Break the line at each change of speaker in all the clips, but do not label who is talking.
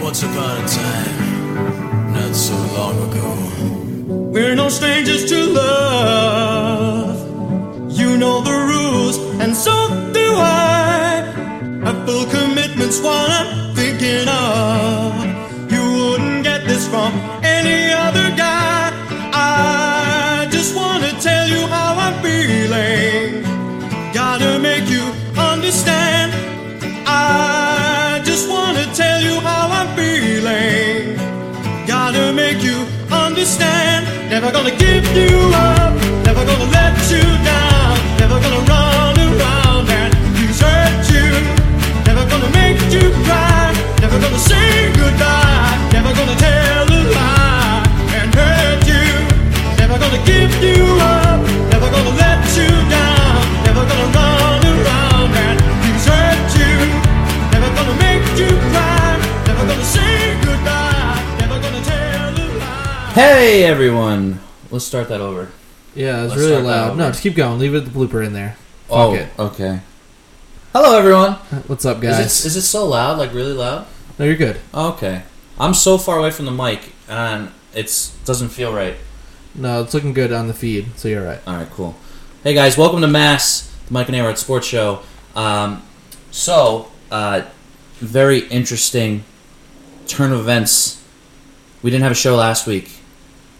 Once upon a time, not so long ago, we're no strangers to love. You know the rules, and so do I. I feel commitment's what I'm thinking of. You wouldn't get this from any other guy. I just wanna tell you how I'm feeling. Gotta make you understand. I just wanna tell you how I'm feeling. Gotta make you understand. Never gonna give you up, never gonna let you down, never gonna run around and desert you. Never gonna make you cry, never gonna say goodbye, never gonna tell a lie and hurt you. Never gonna give you up, never gonna let you down, never gonna run around and desert you. Never gonna make you cry, never gonna say goodbye, never gonna tell a lie.
Hey everyone, let's start that over.
Yeah, it's
Let's
really
start that
loud. No,
over.
just keep going. Leave it the blooper in there. Fuck it.
Oh, okay. Hello everyone.
What's up,
Is
guys?
it, is it so loud? Like really loud?
no, you're good.
Okay. I'm so far away from the mic, and it's doesn't feel right.
No, it's looking good on the feed, so you're right.
All right, cool. Hey guys, welcome to Mass, the Mike and Arrowhead Sports Show. Um, so, uh, very interesting turn of events. We didn't have a show last week.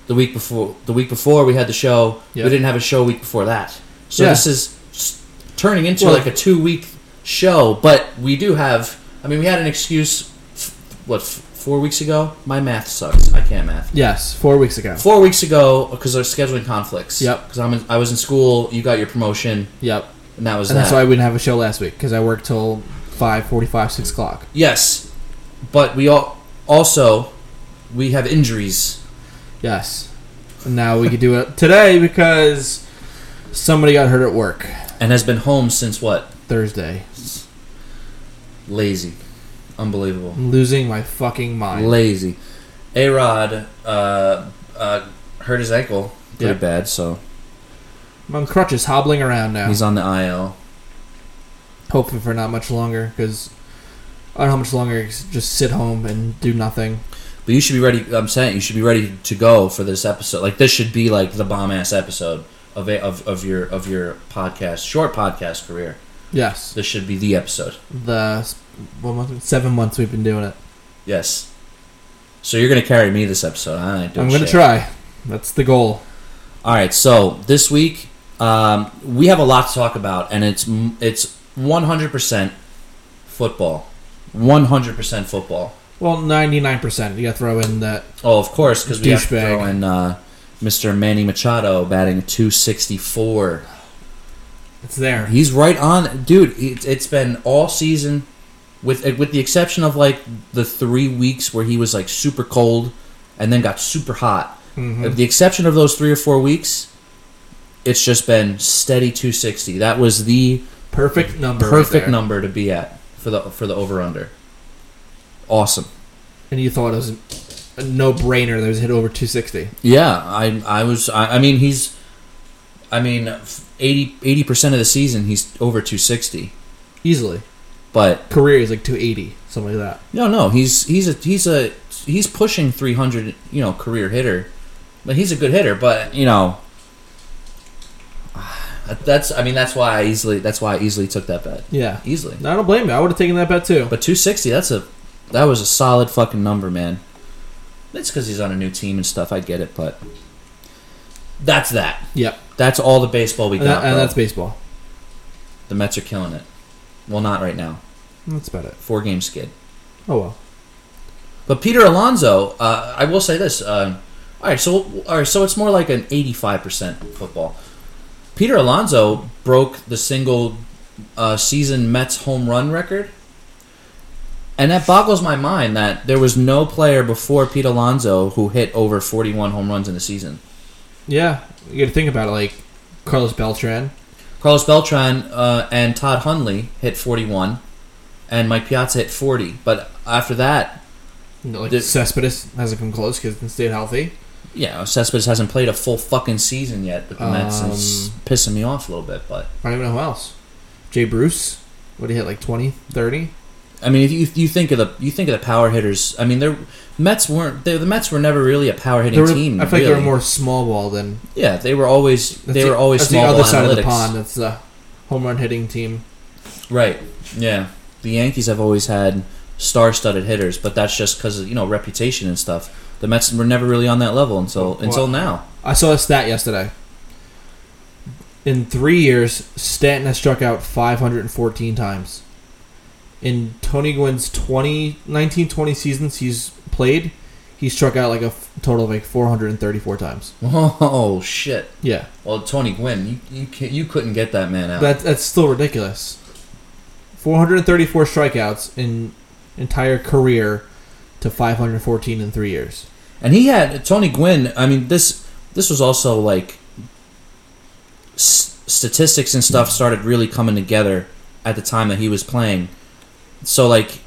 The week before, the week before we had the show.
Yeah.
We didn't have a show week before that. So
Yeah.
this is s- turning into
Well-
like a two week show. But we do have. I mean, we had an excuse. f- What f- four weeks ago? My math sucks. I can't math
Yes, four weeks ago.
four weeks ago because there's scheduling conflicts.
Yep.
Because I'm in, I was in school, you got your promotion,
Yep.
and that was
And
that.
that's why we didn't have a show last week because I worked till five forty-five, six o'clock.
yes, but we all also we have injuries.
Yes. And now we could do it today because somebody got hurt at work
And has been home since what?
Thursday.
Lazy, unbelievable,
I'm losing my fucking mind.
lazy. A Rod uh, uh, hurt his ankle pretty
Yep.
bad, so
I'm on crutches, hobbling around now.
he's on the IL.
hoping for not much longer because I don't know how much longer. I can Just sit home and do nothing.
But you should be ready. I'm saying you should be ready to go for this episode. Like this should be like the bomb ass episode of, a, of of your of your podcast short podcast career.
Yes,
This should be the episode.
the s- what month? Seven months we've been doing it.
Yes. So you're gonna carry me this episode. I ain't doing
I'm gonna
shit.
try. That's the goal.
All right. So this week um, we have a lot to talk about, and it's m- it's 100% football. 100% football.
Well, ninety nine percent. You gotta throw in that.
Oh, of course, because we have to
Douchebag.
throw in uh, Mr. Manny Machado batting 264.
It's there.
He's right on, dude. It, it's been all season, with eh, with the exception of like the three weeks where he was like super cold, and then got super hot.
Mm-hmm.
With the exception of those three or four weeks, it's just been steady 260. That was the
Perfect number. right
perfect
there.
number to be at for the for the over under. Awesome.
And you thought it was a no brainer that was hit over two sixty.
Yeah, I I was I, I mean he's, I mean 80 percent of the season he's over 260,
Easily.
but
Career is like two eighty, something like that.
No, no, he's he's a he's a he's pushing 300, you know, career hitter. But he's a good hitter, but you know, that's I mean that's why I easily that's why I easily took that bet
Yeah.
easily.
I don't blame you. I would have taken that bet too.
But 260, that's a that was a solid fucking number, man. That's because he's on a new team and stuff. I get it, but that's that.
Yep.
That's all the baseball we
And,
got.
that, and
bro.
that's baseball.
the Mets are killing it. Well, not right now.
That's about it.
Four game skid.
Oh well.
But Peter Alonso, uh, I will say this. Um, all right, so all right, so it's more like an eighty-five percent football. Peter Alonso broke the single uh, season Mets home run record, and that boggles my mind that there was no player before Pete Alonso who hit over forty-one home runs in the season.
Yeah. You gotta think about it. Like Carlos Beltran.
Carlos Beltran uh, and Todd Hundley hit forty-one, and Mike Piazza hit forty. But after that,
No, like
Did-
Cespedes hasn't come close because he stayed healthy.
Yeah, Cespedes hasn't played a full fucking season yet with the Mets. and It's
Um,
pissing me off a little bit, but
I don't even know who else. Jay Bruce, what he hit like 20, 30?
I mean, if you, you think of the you think of the power hitters. I mean, they Mets weren't they, the Mets were never really a power
They
hitting
were-
team.
I feel like
really.
they're more small ball than
Yeah, they were always
that's
they
the-
were always
that's
small
the other
ball
side
analytics.
of the pond. That's the home run hitting team.
Right. Yeah. The Yankees have always had star-studded hitters, but that's just because of you know reputation and stuff. The Mets were never really on that level until until now.
I saw a stat yesterday. In three years, Stanton has struck out 514 times. In Tony Gwynn's 20, 19-20 seasons he's played, he struck out like a f- total of like 434 times.
Oh shit!
Yeah,
Well, Tony Gwynn, you you, can, you couldn't get that man out.
that, that's still ridiculous. 434 strikeouts in entire career to 514 in three years.
and he had Tony Gwynn. I mean this this was also like s- statistics and stuff started really coming together at the time that he was playing. So like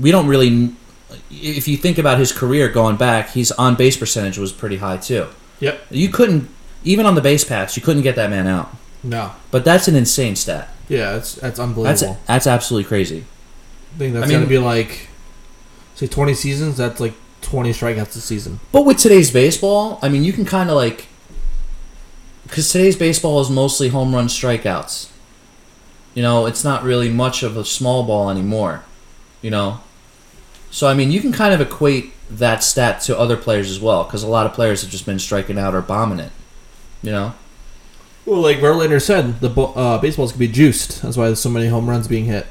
we don't really if you think about his career going back, his on base percentage was pretty high too.
Yep.
You couldn't even on the base paths, you couldn't get that man out.
No.
But that's an insane stat.
Yeah, that's that's
That's
unbelievable.
that's absolutely crazy.
I think that's
I mean-
gonna be like, say, twenty seasons. That's like twenty strikeouts a season.
But with today's baseball, I mean, you can kind of like because today's baseball is mostly home run strikeouts. You know, it's not really much of a small ball anymore. You know, so I mean, you can kind of equate that stat to other players as well because a lot of players have just been striking out or bombing it. You know,
Well, like Verlander said, the bo- uh, baseballs could be juiced. That's why there's so many home runs being hit.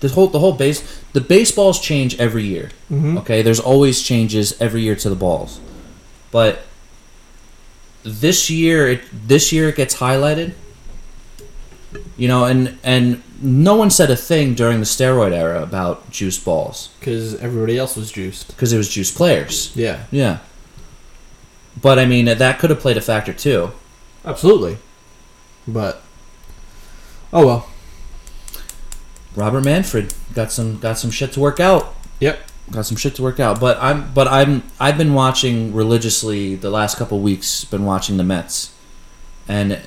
the whole the whole base the baseballs change every year.
Mm-hmm.
Okay, there's always changes every year to the balls, but this year, it, this year it gets highlighted. You know, and and no one said a thing during the steroid era about juice balls
Because everybody else was juiced.
because it was juice players.
Yeah,
Yeah, but I mean that could have played a factor too.
absolutely. But oh well.
Robert Manfred got some got some shit to work out.
Yep.
Got some shit to work out. But I'm but I'm I've been watching religiously the last couple weeks. Been watching the Mets, and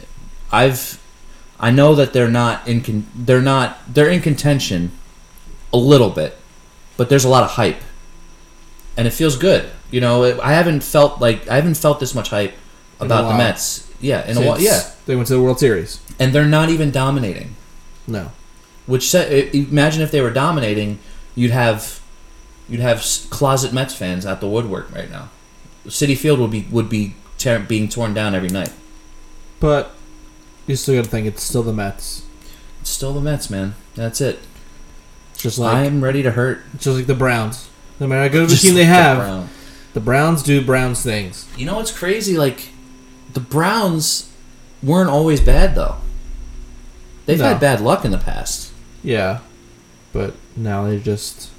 I've I know that they're not in con, they're not they're in contention a little bit, but there's a lot of hype, and it feels good. You know, it, I haven't felt like I haven't felt this much hype
In a
about the
while.
Mets. Yeah, in a
Since
while. Yeah,
they went to the World Series.
and they're not even dominating.
No.
Which sa- i- imagine if they were dominating, you'd have you'd have s- closet Mets fans at the woodwork right now. City Field would be would be tear, being torn down every night.
But you still got to think it's still the Mets.
It's still the Mets, man. That's it.
It's just like
I'm ready to hurt.
it's just like the Browns. No matter how good of a
Just
team they
like the
have,
Browns.
the Browns do Browns things.
You know what's crazy? Like the Browns weren't always bad though. They've
No.
had bad luck in the past.
Yeah, but now they just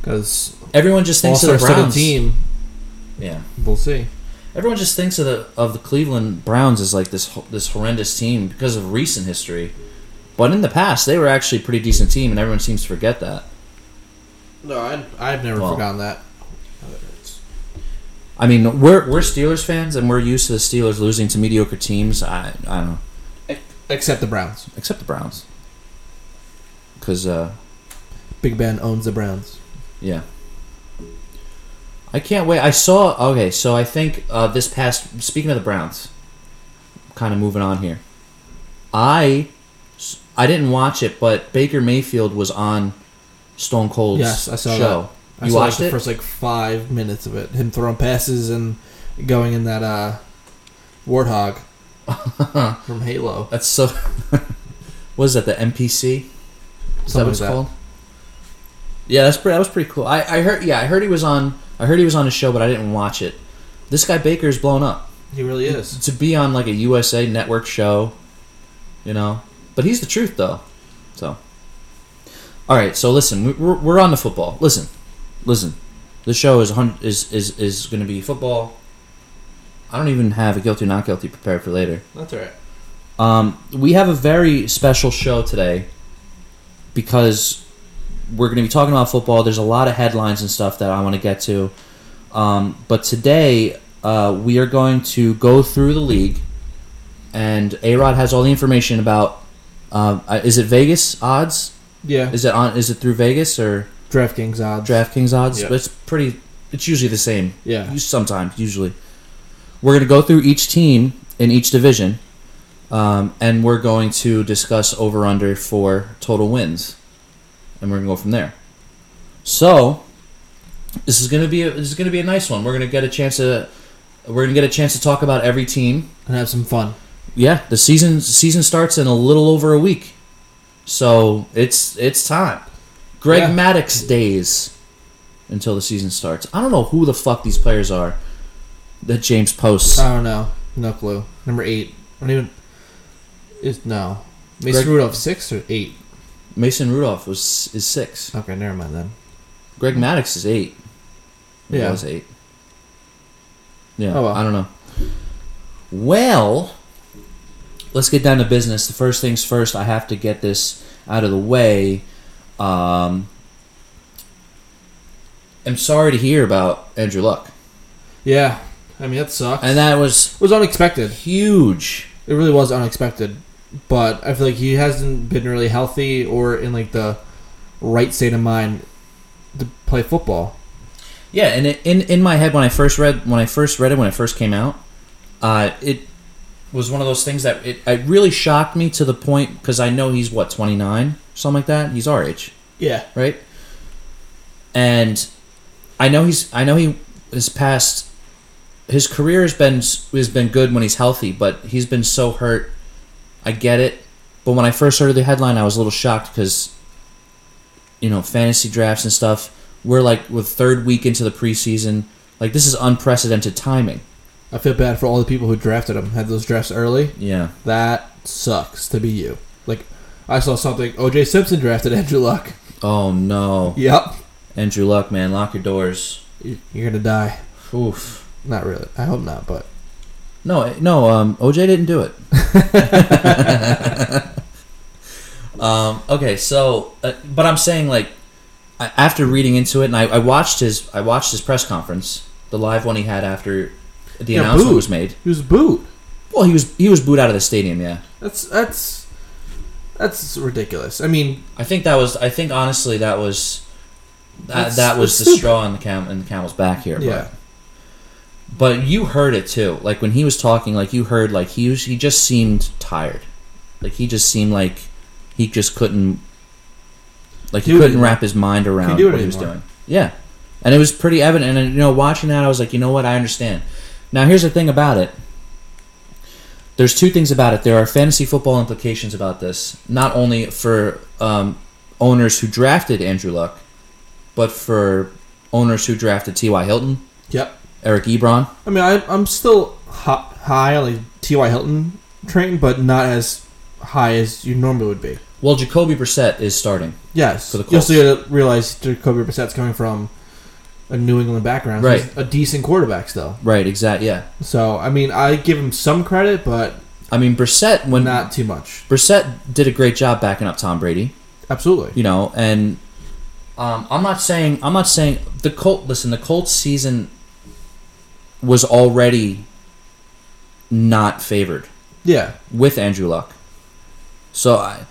because
Everyone just thinks
all-star
of the Browns.
team.
Yeah.
We'll see.
Everyone just thinks of the of the Cleveland Browns as like this ho- this horrendous team because of recent history, but in the past they were actually a pretty decent team, and everyone seems to forget that.
No, I, I've never
Well.
forgotten that.
I mean, we're we're Steelers fans, and we're used to the Steelers losing to mediocre teams. I I don't know,
Except the Browns.
except the Browns, because uh,
Big Ben owns the Browns.
yeah, I can't wait. I saw okay, so I think uh, this past speaking of the Browns, kind of moving on here. I I didn't watch it, but Baker Mayfield was on Stone Cold's
Yes, I saw
show.
I
you
saw
watched
like the
it?
first like five minutes of it. Him throwing passes and going in that uh, warthog from Halo.
That's so. what is that? The MPC? Is that
Something
what it's
like that.
called? Yeah, that's pretty. That was pretty cool. I, I heard. Yeah, I heard he was on. I heard he was on a show, but I didn't watch it. This guy Baker is blown up
He really is.
to be on like a USA Network show, you know. But he's the truth, though. So, all right. So listen, we- we're, we're on the football. Listen, listen. The show is hun- is is is going to be football. I don't even have a guilty not guilty prepared for later.
That's all right.
Um, we have a very special show today because we're going to be talking about football. There's a lot of headlines and stuff that I want to get to. Um, but today, uh, we are going to go through the league, and A Rod has all the information about uh, is it uh, Vegas odds?
Yeah.
Is it on? Is it through Vegas or
DraftKings odds.
DraftKings odds?
Yeah.
But It's pretty. It's usually the same.
yeah.
You- Sometimes, usually, we're going to go through each team in each division, um, and we're going to discuss over under for total wins, and we're going to go from there. So, this is going to be a, this is going to be a nice one. We're going to get a chance to we're going to get a chance to talk about every team
And have some fun.
yeah, the season season starts in a little over a week, so it's it's time. Greg
Yeah.
Maddox days until the season starts. I don't know who the fuck these players are that James posts.
I don't know. No clue. Number eight. I don't even. Is no. Mason
Greg-
Rudolph six or eight.
Mason Rudolph was is six.
Okay, never mind then.
Greg Maddox is eight. He
Yeah.
was eight. Yeah,
Oh, well.
I don't know. Well, let's get down to business. The first things first. I have to get this out of the way. Um, I'm sorry to hear about Andrew Luck,
Yeah. I mean that sucks.
and that was
it was unexpected.
huge.
It really was unexpected. But I feel like he hasn't been really healthy or in like the right state of mind to play football.
Yeah, and it, in in my head when I first read when I first read it when it first came out, uh, it was one of those things that it, it really shocked me to the point because I know he's what 29 something like that. He's our age.
Yeah.
right? And I know he's I know he has passed his career has been has been good when he's healthy, but he's been so hurt. I get it, but when I first heard the headline, I was a little shocked because you know fantasy drafts and stuff. We're like with third week into the preseason, like this is unprecedented timing.
I feel bad for all the people who drafted him, had those drafts early.
Yeah,
That sucks to be you. Like I saw something OJ Simpson drafted Andrew Luck.
Oh no,
Yep.
Andrew Luck, man, lock your doors.
You- You're gonna die.
Oof.
Not really. I hope not, but
No, no, um, OJ didn't do it. um, okay, so, uh, but I'm saying like, I, after reading into it, and I, I watched his, I watched his press conference, the live one he had after the
Yeah,
announcement
booed.
was made.
he was booed.
Well, he was he was booed out of the stadium. Yeah,
That's that's that's ridiculous. I mean,
I think that was, I think honestly that was, that,
That's-
that was
that's
the
stupid.
straw in the cam in the camel's back here. but-
yeah,
But you heard it too. Like when he was talking, like you heard, like he was, he just seemed tired. Like he just seemed like he just couldn't, like he
Do it
couldn't
anymore.
wrap his mind around
do it
what he was
anymore.
doing. Yeah, and it was pretty evident. And you know, watching that, I was like, you know what, I understand. Now here's the thing about it. There's two things about it. There are fantasy football implications about this, not only for um, owners who drafted Andrew Luck, but for owners who drafted T.Y. Hilton,
yep.
Eric Ebron.
I mean, I, I'm still hi- high on the T.Y. Hilton train, but not as high as you normally would be.
Well, Jacoby Brissett is starting.
Yes,
For the
you also got to realize Jacoby Brissett's coming from a New England background, so
Right.
he's a decent quarterback still.
Right, exact. Yeah,
So I mean, I give him some credit, but
I mean Brissett when
not too much.
Brissett did a great job backing up Tom Brady.
Absolutely.
You know, and um, I'm not saying I'm not saying the Colt. Listen, the Colts season was already not favored
Yeah,
with Andrew Luck, so I,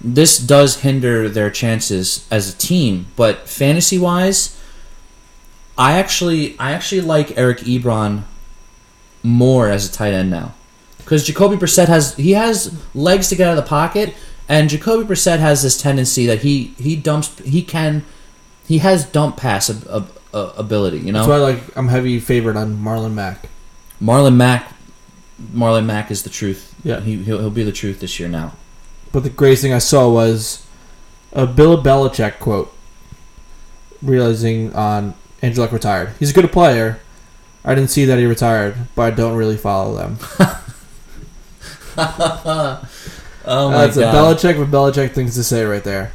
this does hinder their chances as a team. But fantasy wise, I actually I actually like Eric Ebron more as a tight end now. Because Jacoby Brissett has he has legs to get out of the pocket, and Jacoby Brissett has this tendency that he he dumps he can he has dump pass ab- ab- uh, ability. You know,
that's why like I'm heavy favored on Marlon Mack.
Marlon Mack, Marlon Mack is the truth.
Yeah.
he he'll, he'll be the truth this year now.
But the greatest thing I saw was a Bill Belichick quote, realizing on Andrew Luck retired. He's a good player. I didn't see that he retired, but I don't really follow them.
Oh
That's a Belichick with Belichick things to say right there.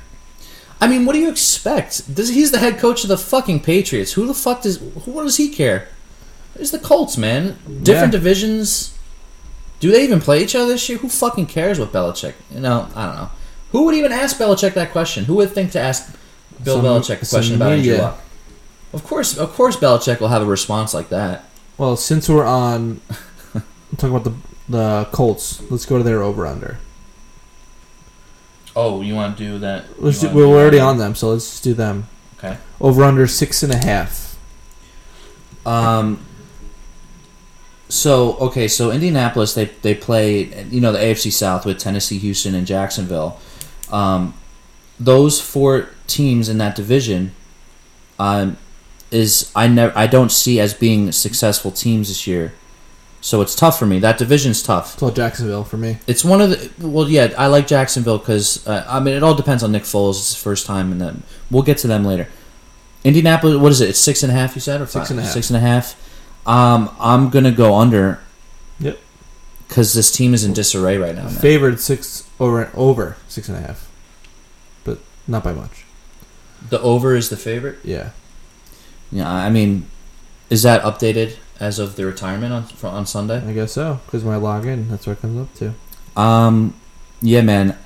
I mean, what do you expect? This, he's the head coach of the fucking Patriots. Who the fuck does? Who what does he care? It's the Colts, man. Different
Yeah.
divisions. Do they even play each other this year? Who fucking cares what Belichick? You know, I don't know. Who would even ask Belichick that question? Who would think to ask Bill
Some-
Belichick a
some
question about Andrew
media.
Luck? Of course, of course, Belichick will have a response like that.
Well, since we're on talking about the the Colts, let's go to their over under.
Oh, you want to do that?
Let's
you
do,
wanna
well,
do
we're
that?
already on them, so let's just do them.
Okay.
Over under six and a half.
Um. So okay, so Indianapolis they they play you know the AFC South with Tennessee, Houston, and Jacksonville. Um, those four teams in that division, um, is I never I don't see as being successful teams this year. So it's tough for me. That division's tough.
It's all Jacksonville for me.
It's one of the well, yeah. I like Jacksonville because uh, I mean it all depends on Nick Foles. It's his first time, and then we'll get to them later. Indianapolis, what is it? It's six and a half. You said or
Six
five?
and a half.
Six and a half. Um, I'm gonna go under.
Yep.
Because this team is in disarray right now. Oh, man.
Favored six over over six and a half, but not by much.
The over is the favorite.
Yeah,
Yeah, I mean, is that updated as of the retirement on for, on Sunday?
I guess so. Because when I log in, that's what it comes up to.
Um, yeah, man.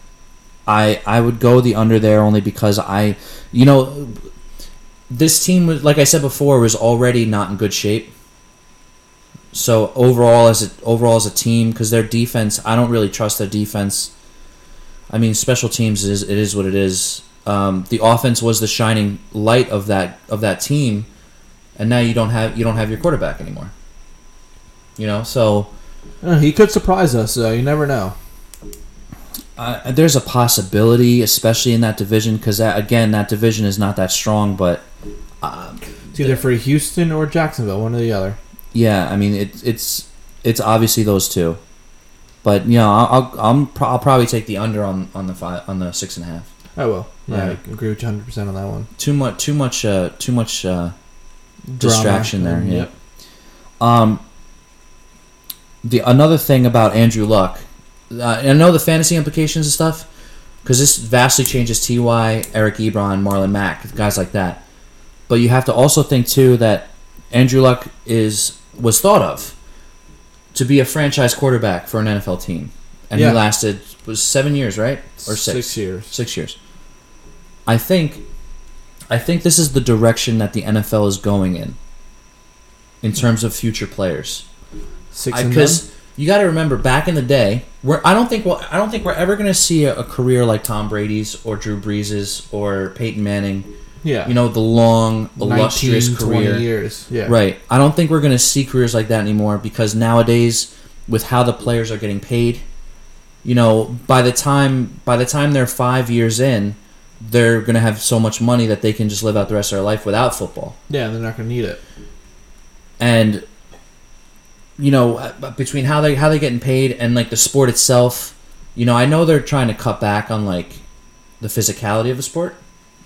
I I would go the under there only because I, you know, this team was like I said before was already not in good shape. So overall as a, overall as a team, because their defense, I don't really trust their defense. I mean, special teams is it is what it is. Um, the offense was the shining light of that of that team, and now you don't have you don't have your quarterback anymore. You know, so.
Uh, he could surprise us, so you never know.
Uh, there's a possibility, especially in that division, because that, again, that division is not that strong. But
It's either for Houston or Jacksonville, one or the other.
yeah, I mean, it, it's it's obviously those two. But you know, I'll I'll, I'm pro- I'll probably take the under on, on the five on the six and a half.
I will. Oh, Yeah,
Right.
I agree with you 100 percent on that one.
Too much, too much, uh, too much uh,
Drama.
distraction there.
Mm,
Yeah. Um. The another thing about Andrew Luck, uh, and I know the fantasy implications and stuff, because this vastly changes Ty, Eric Ebron, Marlon Mack, guys like that. But you have to also think too that Andrew Luck is was thought of to be a franchise quarterback for an NFL team, and
Yeah.
he lasted was seven years, right, or
six years.
six years. I think, I think this is the direction that the NFL is going in, in terms of future players.
Six and done?
Because you got to remember, back in the day, where I don't think well, I don't think we're ever going to see a, a career like Tom Brady's or Drew Brees's or Peyton Manning.
Yeah.
You know, the long, illustrious
19, 20
career.
years. Yeah.
Right. I don't think we're going to see careers like that anymore because nowadays, with how the players are getting paid, you know, by the time by the time they're five years in, they're going to have so much money that they can just live out the rest of their life without football.
Yeah, they're not going to need it.
And you know, uh, but between how they how they're getting paid and like the sport itself, you know, I know they're trying to cut back on like the physicality of the sport,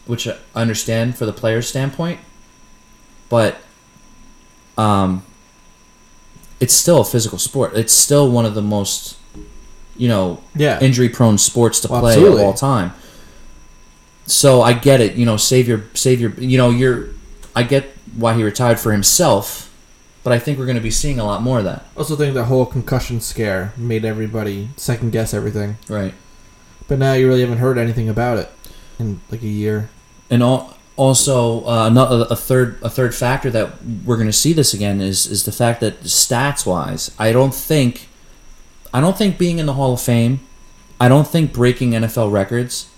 which I understand for the player's standpoint, but um, it's still a physical sport. It's still one of the most, you know,
Yeah.
injury prone sports to
Well,
play
absolutely.
of all time. So I get it, you know, save your save your you know, you're I get why he retired for himself, but I think we're gonna be seeing a lot more of that.
also think the whole concussion scare made everybody second guess everything.
Right.
But now you really haven't heard anything about it in like a year.
And al also uh, another a third a third factor that we're going to see this again is is the fact that stats wise, I don't think, I don't think being in the Hall of Fame, I don't think breaking NFL records,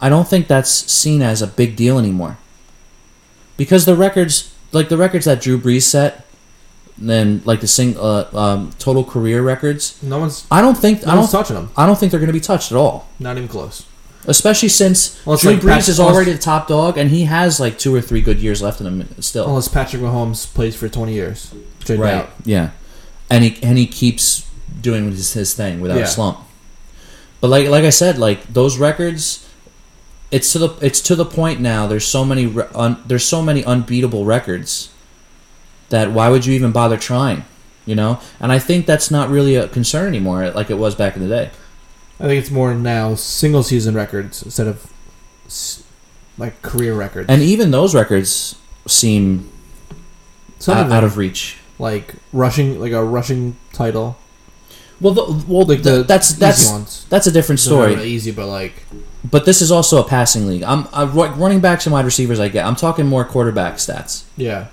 I don't think that's seen as a big deal anymore. Because the records, like the records that Drew Brees set, then like the sing uh, um, total career records,
No one's
I don't think
no
I
one's
don't
touching them.
I don't think they're going to be touched at all
Not even close.
especially since
Well, it's
Drew
like
Brees
Pat-
is already the top dog, and he has like two or three good years left in him still.
Unless Patrick Mahomes plays for 20 years. Which I doubt.
Yeah. And he and he keeps doing his, his thing without
Yeah.
a slump. But like like I said, like those records, it's to the it's to the point now. There's so many re- un, there's so many unbeatable records that why would you even bother trying? You know, and I think that's not really a concern anymore, like it was back in the day.
I think it's more now single season records instead of s- like career records.
And even those records seem
Some
out-
of
uh, out
them,
of reach.
like rushing, like a rushing title.
Well, the, well,
Like the
th- that's
easy
that's
ones.
that's a different
They're not
story.
really easy, but like
But this is also a passing league. I'm I, ru- running backs and wide receivers. I get. I'm talking more quarterback stats.
yeah,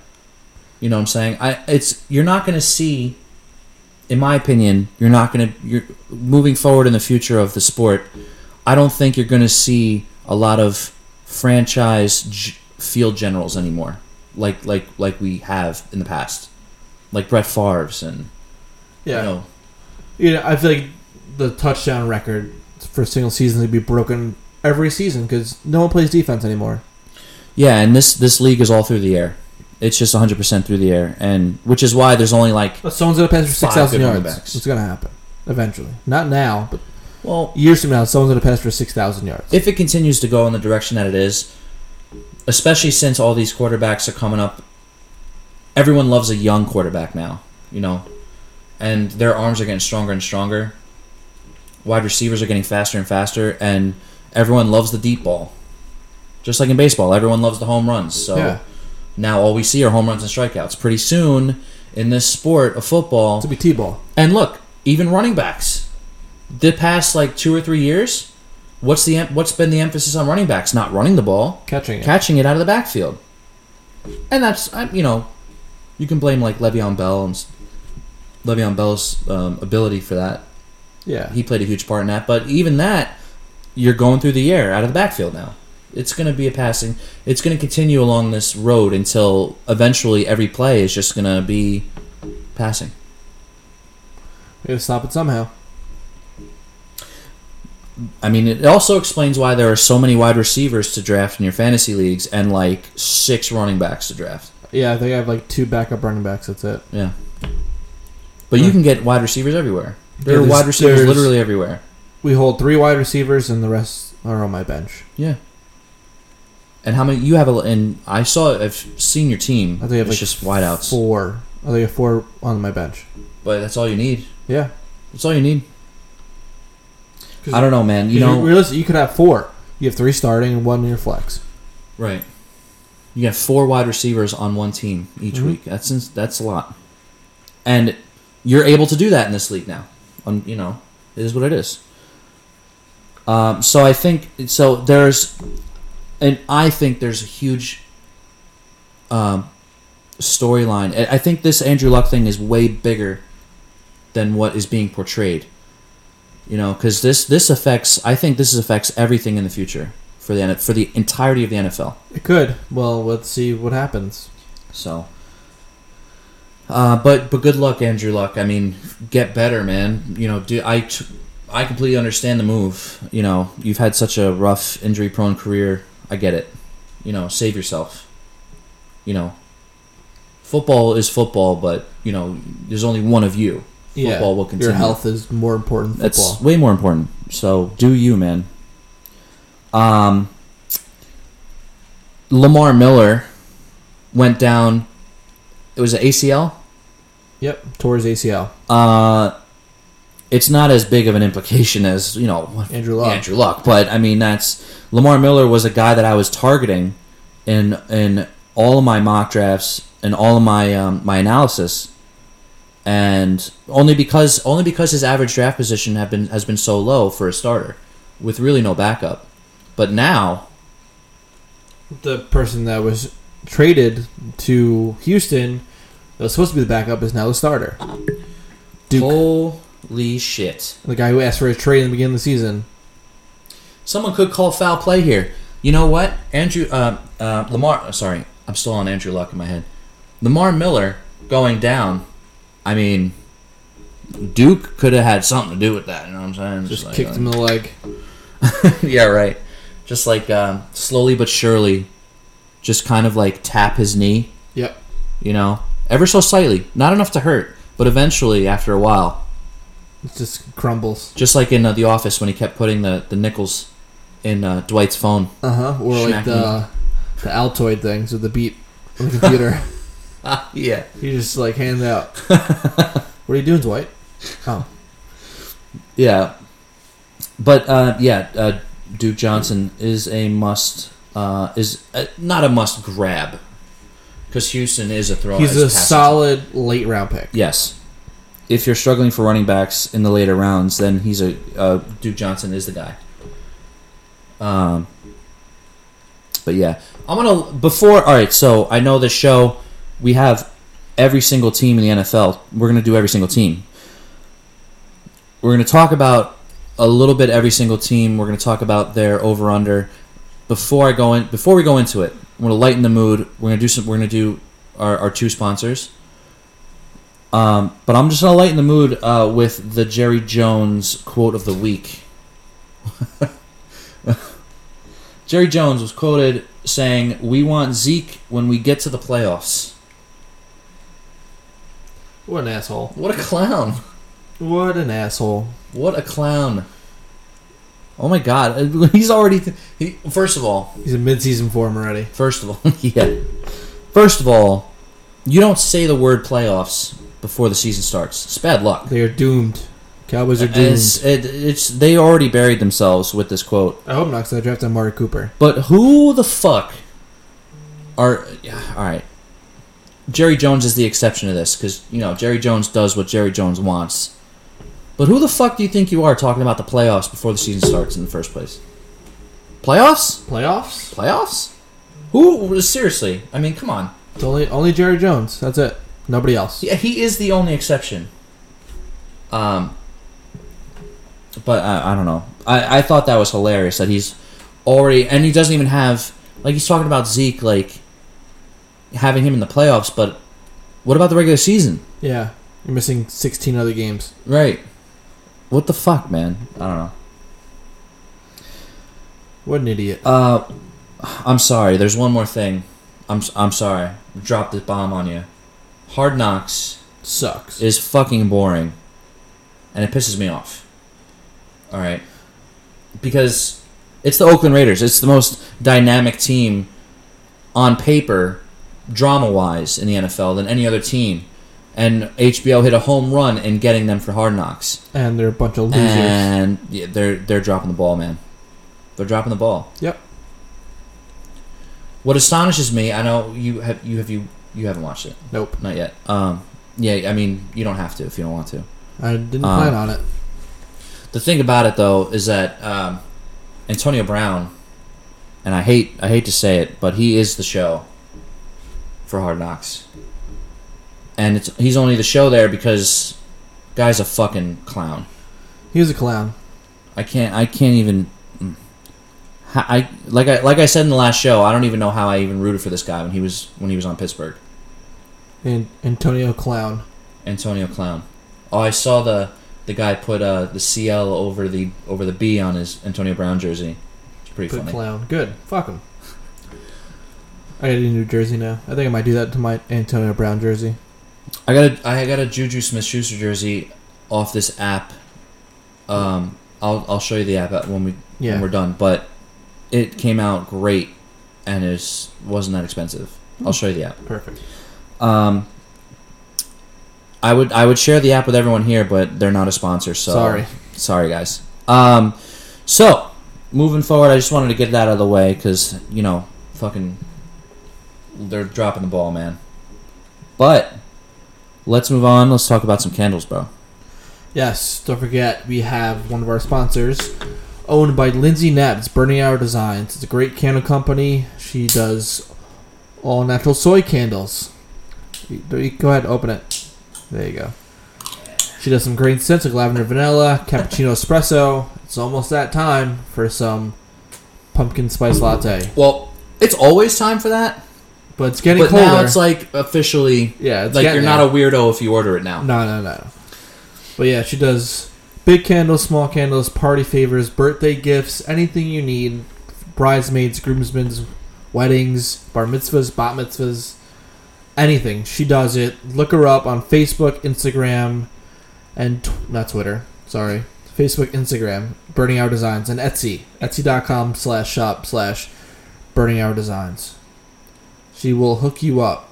You know what I'm saying? I it's you're not going to see, in my opinion, you're not going to you're moving forward in the future of the sport. I don't think you're going to see a lot of franchise g- field generals anymore, like like like we have in the past, like Brett Favre's and
Yeah.
you know
You know, I feel like the touchdown record for single season would be broken every season because no one plays defense anymore.
yeah, and this this league is all through the air. It's just 100 percent through the air, and which is why there's only like
But someone's gonna pass for
Five
six thousand
good
yards.
running backs.
It's gonna happen eventually. Not now, but
well
years from now, someone's gonna pass for six thousand yards.
if it continues to go in the direction that it is, especially since all these quarterbacks are coming up, everyone loves a young quarterback now, you know, and their arms are getting stronger and stronger. Wide receivers are getting faster and faster, and everyone loves the deep ball. Just like in baseball, everyone loves the home runs. So
Yeah.
now all we see are home runs and strikeouts. Pretty soon, in this sport of football,
To be t-ball.
and look, even running backs, the past like two or three years, what's the em- what's been the emphasis on running backs? Not running the ball,
Catching it.
catching it out of the backfield, and that's I, you know, you can blame like Le'Veon Bell and s- Le'Veon Bell's um, ability for that.
yeah.
He played a huge part in that, but even that, you're going through the air out of the backfield now. It's going to be a passing. It's going to continue along this road until eventually every play is just going to be passing.
We gotta stop it somehow.
I mean, it also explains why there are so many wide receivers to draft in your fantasy leagues and like six running backs to draft.
Yeah, I think I have like two backup running backs. That's it.
Yeah. But you can get wide receivers everywhere. There
Yeah,
are
there's-
wide receivers
there's-
literally everywhere.
We hold three wide receivers, and the rest are on my bench.
Yeah. And how many you have? A, and I saw I've seen your team.
I think I have
it's
like
just wideouts.
Four. I think I have four on my bench.
But that's all you need.
Yeah.
That's all you need.
'Cause-
I don't know, man. You
'Cause
know,
realistically, you could have four. You have three starting and one in your flex.
right? You have four wide receivers on one team each
Mhm.
week. That's ins- that's a lot, and you're able to do that in this league now. Um, you know, it is what it is. Um, so I think so. There's, and I think there's a huge um, storyline. I I think this Andrew Luck thing is way bigger than what is being portrayed. You know, because this this affects. I think this affects everything in the future for the N- for the entirety of the NFL.
It could. Well, let's see what happens.
So, uh, but but good luck, Andrew Luck. I mean, get better, man. You know, do I? T- I completely understand the move. You know, you've had such a rough, injury-prone career. I get it. You know, save yourself. You know, football is football, but you know, there's only one of you. Football will continue.
Your health is more important than
That's
football.
way more important. So do you, man? Um, Lamar Miller went down. It was an ACL.
Yep. Towards ACL.
Uh, it's not as big of an implication as you know what-
Andrew Luck.
Andrew Luck, but I mean that's Lamar Miller was a guy that I was targeting in in all of my mock drafts and all of my um, my analysis, and only because only because his average draft position have been has been so low for a starter, with really no backup. But now,
The person that was traded to Houston that was supposed to be the backup is now the starter. Duke.
holy shit!
The guy who asked for a trade in the beginning of the season.
Someone could call foul play here. You know what? Andrew uh, uh, Lamar. Sorry, I'm still on Andrew Luck in my head. Lamar Miller going down. I mean, Duke could have had something to do with that. You know what I'm saying?
Just
like, uh,
kicked him in the leg.
yeah, right. Just like um, slowly but surely, just kind of like tap his knee.
Yep.
You know, ever so slightly, not enough to hurt, but eventually, after a while,
It just crumbles.
just like in uh, The Office when he kept putting the the nickels in uh, Dwight's phone.
Uh huh. Or like
Smack
the the Altoid things with the beep on the computer.
yeah.
you just like hand it out. what are you doing, Dwight? Oh.
Yeah, but uh, yeah, uh, Duke Johnson is a must. Uh, is uh, not a must grab because Houston is a throw. as
He's a
passes.
solid late round pick.
Yes, if you're struggling for running backs in the later rounds, then he's a uh, Duke Johnson is the guy. Um, but yeah, I'm gonna before. All right, so I know the show. We have every single team in the NFL. We're gonna do every single team. We're gonna talk about a little bit every single team. We're going to talk about their over under. Before I go in, before we go into it, we're going to lighten the mood. We're going to do some. We're going to do our, our two sponsors. Um, but I'm just going to lighten the mood uh, with the Jerry Jones quote of the week. Jerry Jones was quoted saying, "We want Zeke when we get to the playoffs."
What an asshole.
What a clown!
What an asshole.
What a clown! Oh my god, he's already. he, first of all,
He's in midseason form already.
First of all, yeah. First of all, you don't say the word playoffs before the season starts. It's bad luck.
They are doomed. Cowboys are doomed.
It's, it, it's they already buried themselves with this quote.
I hope not, because I drafted Amari Cooper.
But who the fuck are? yeah, All right, Jerry Jones is the exception to this because you know Jerry Jones does what Jerry Jones wants. But who the fuck do you think you are talking about the playoffs before the season starts in the first place? Playoffs?
Playoffs?
Playoffs? Who? Seriously? I mean, come on.
It's only only Jerry Jones. That's it. Nobody else.
Yeah, he is the only exception. Um, but I, I don't know. I, I thought that was hilarious that he's already and he doesn't even have like he's talking about Zeke like having him in the playoffs, but what about the regular season?
Yeah. You're missing 16 other games.
Right. What the fuck, man? I don't know.
What an idiot.
Uh, I'm sorry. There's one more thing. I'm s- I'm sorry. Drop this bomb on you. Hard Knocks
Sucks.
is fucking boring, and it pisses me off. All right, because it's the Oakland Raiders. It's the most dynamic team on paper, drama-wise, in the NFL than any other team. And HBO hit a home run in getting them for Hard Knocks,
and they're a bunch of losers.
and yeah, they're they're dropping the ball, man. They're dropping the ball.
Yep.
What astonishes me, I know you have you have you you haven't watched it,
Nope.
not yet. Um, yeah, I mean you don't have to if you don't want to.
I didn't
Uh,
plan on it.
The thing about it though is that um, Antonio Brown, and I hate I hate to say it, but he is the show for Hard Knocks, and it's he's only the show there because guy's a fucking clown.
He was a clown.
I can't I can't even. mm. Ha- I like I like I said in the last show. I don't even know how I even rooted for this guy when he was when he was on Pittsburgh.
And Antonio Clown.
Antonio Clown. Oh, I saw the the guy put uh, the CL over the over the B on his Antonio Brown jersey. It's pretty
Good
funny.
clown. Good. Fuck him. I got a New Jersey now. I think I might do that to my Antonio Brown jersey.
I got a I got a Juju Smith Schuster jersey off this app. Um, I'll I'll show you the app at- when we
Yeah.
when we're done. But it came out great, and it wasn't that expensive. I'll show you the app.
Perfect.
Um, I would I would share the app with everyone here, but they're not a sponsor, so
Sorry.
sorry guys. Um, so moving forward, I just wanted to get that out of the way because you know, fucking, they're dropping the ball, man. But let's move on. Let's talk about some candles, bro.
Yes, don't forget we have one of our sponsors, owned by Lindsay Nebbs, Burning Hour Designs. It's a great candle company. She does all natural soy candles. You- you- Go ahead, open it. There you go. She does some great scents like lavender, vanilla, cappuccino, espresso. It's almost that time for some pumpkin spice latte,
Well, it's always time for that,
but it's getting
but
colder.
now it's like officially,
yeah, it's
like
getting
you're not
there.
a weirdo if you order it now.
No, no, no. But yeah, she does big candles, small candles, party favors, birthday gifts, anything you need. Bridesmaids, groomsmen's, weddings, bar mitzvahs, bat mitzvahs, anything. She does it. Look her up on Facebook, Instagram, and tw- not Twitter. Sorry. Facebook, Instagram, Burning Hour Designs, and Etsy. Etsy.com slash shop slash Burning Hour Designs. She will hook you up.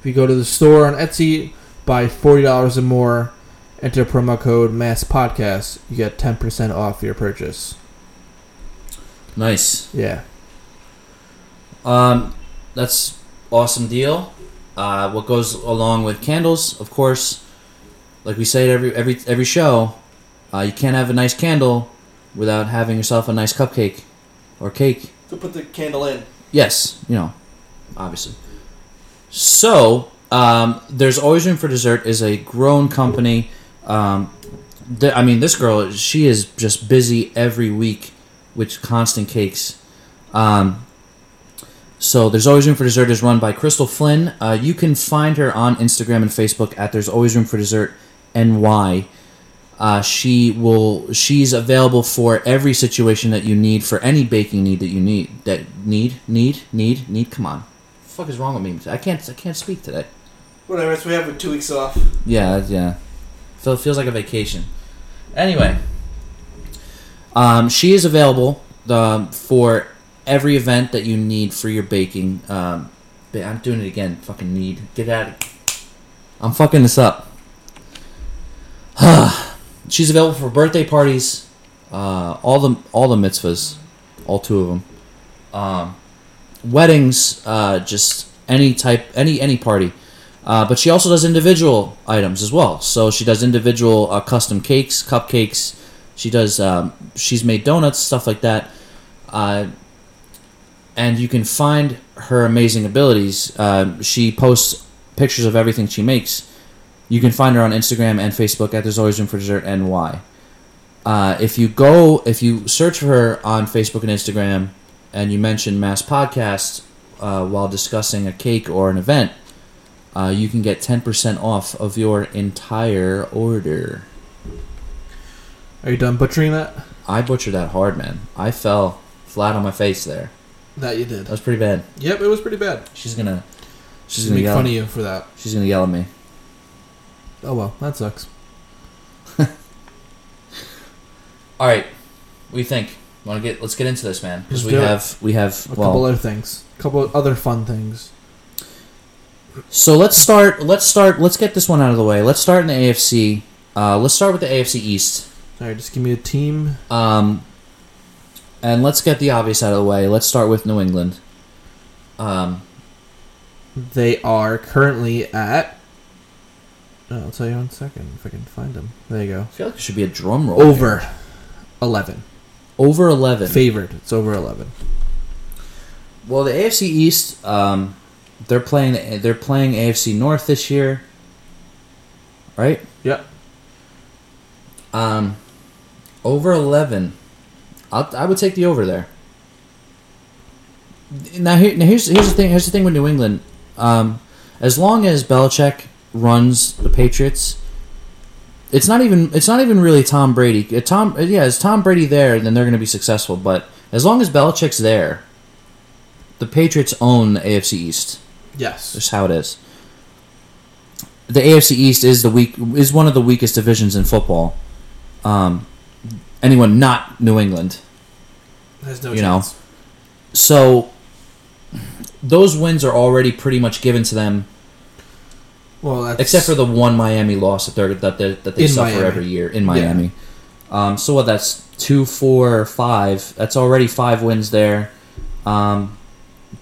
If you go to the store on Etsy, buy forty dollars or more, enter promo code Mass Podcast, you get ten percent off your purchase.
Nice.
Yeah,
Um, that's awesome deal. Uh, what goes along with candles, of course, like we say at every every every show, uh, you can't have a nice candle without having yourself a nice cupcake or cake.
to put the candle in.
Yes, you know, obviously. So um, there's always room for dessert is a grown company. Um, th- I mean, this girl, she is just busy every week with constant cakes. Um, so there's always room for dessert is run by Crystal Flynn. Uh, you can find her on Instagram and Facebook at There's Always Room for Dessert NY. Uh, she will. She's available for every situation that you need for any baking need that you need. That need need need need. Come on, fuck is wrong with me? I can't. I can't speak today.
Whatever, that's what we have with two weeks off.
Yeah, that's- yeah. So it feels like a vacation. Anyway, um, she is available um, for every event that you need for your baking. Um, ba- I'm doing it again. Fucking need. Get out of I'm fucking this up. She's available for birthday parties, uh, all the all the mitzvahs, all two of them, um, weddings, uh, just any type, any any party. Uh, but she also does individual items as well. So she does individual uh, custom cakes, cupcakes. She does. Um, she's made donuts, stuff like that. Uh, and you can find her amazing abilities. Um she posts pictures of everything she makes. You can find her on Instagram and Facebook at There's Always Room for Dessert NY. Uh, if you go, if you search for her on Facebook and Instagram, and you mention Mass Podcast uh, while discussing a cake or an event, uh, you can get 10% off of your entire order.
Are you done butchering that?
I butchered that hard, man. I fell flat on my face there.
That you did.
That was pretty bad.
Yep, it was pretty bad.
She's gonna, she's
Just
gonna
make
yell.
fun of you for that.
She's gonna yell at me.
Oh well, that sucks.
All right, what do you think? Want to get? Let's get into this, man. Because
Let's
we
do it.
have, we have.
A
well,
couple other things. A couple other fun things.
So let's start. Let's start. Let's get this one out of the way. Let's start in the AFC. Uh, let's start with the AFC East.
All right, just give me a team.
Um, and let's get the obvious out of the way. Let's start with New England. Um,
They are currently at. Oh, I'll tell you in a second if I can find them. There you go.
I feel like there should be a drum roll.
Over eleven.
over eleven.
Favored. It's over eleven.
Well, the AFC East, um, they're playing they're playing AFC North this year, right?
Yep.
Um, over eleven, I'll, I would take the over there. Now, here, now here's here's the thing. Here's the thing with New England. Um, as long as Belichick runs the Patriots, it's not even it's not even really Tom Brady. If Tom, yeah, is Tom Brady there? Then they're going to be successful. But as long as Belichick's there, the Patriots own the AFC East.
Yes.
That's how it is. The AFC East is the weak is one of the weakest divisions in football. Um, anyone not New England.
There's no
You know. chance. So those wins are already pretty much given to them,
Well, that's,
except for the one Miami loss that they that they, that they
In
suffer
Miami.
every year in Miami. Um, so what? That's two, four, five. That's already five wins there. Um,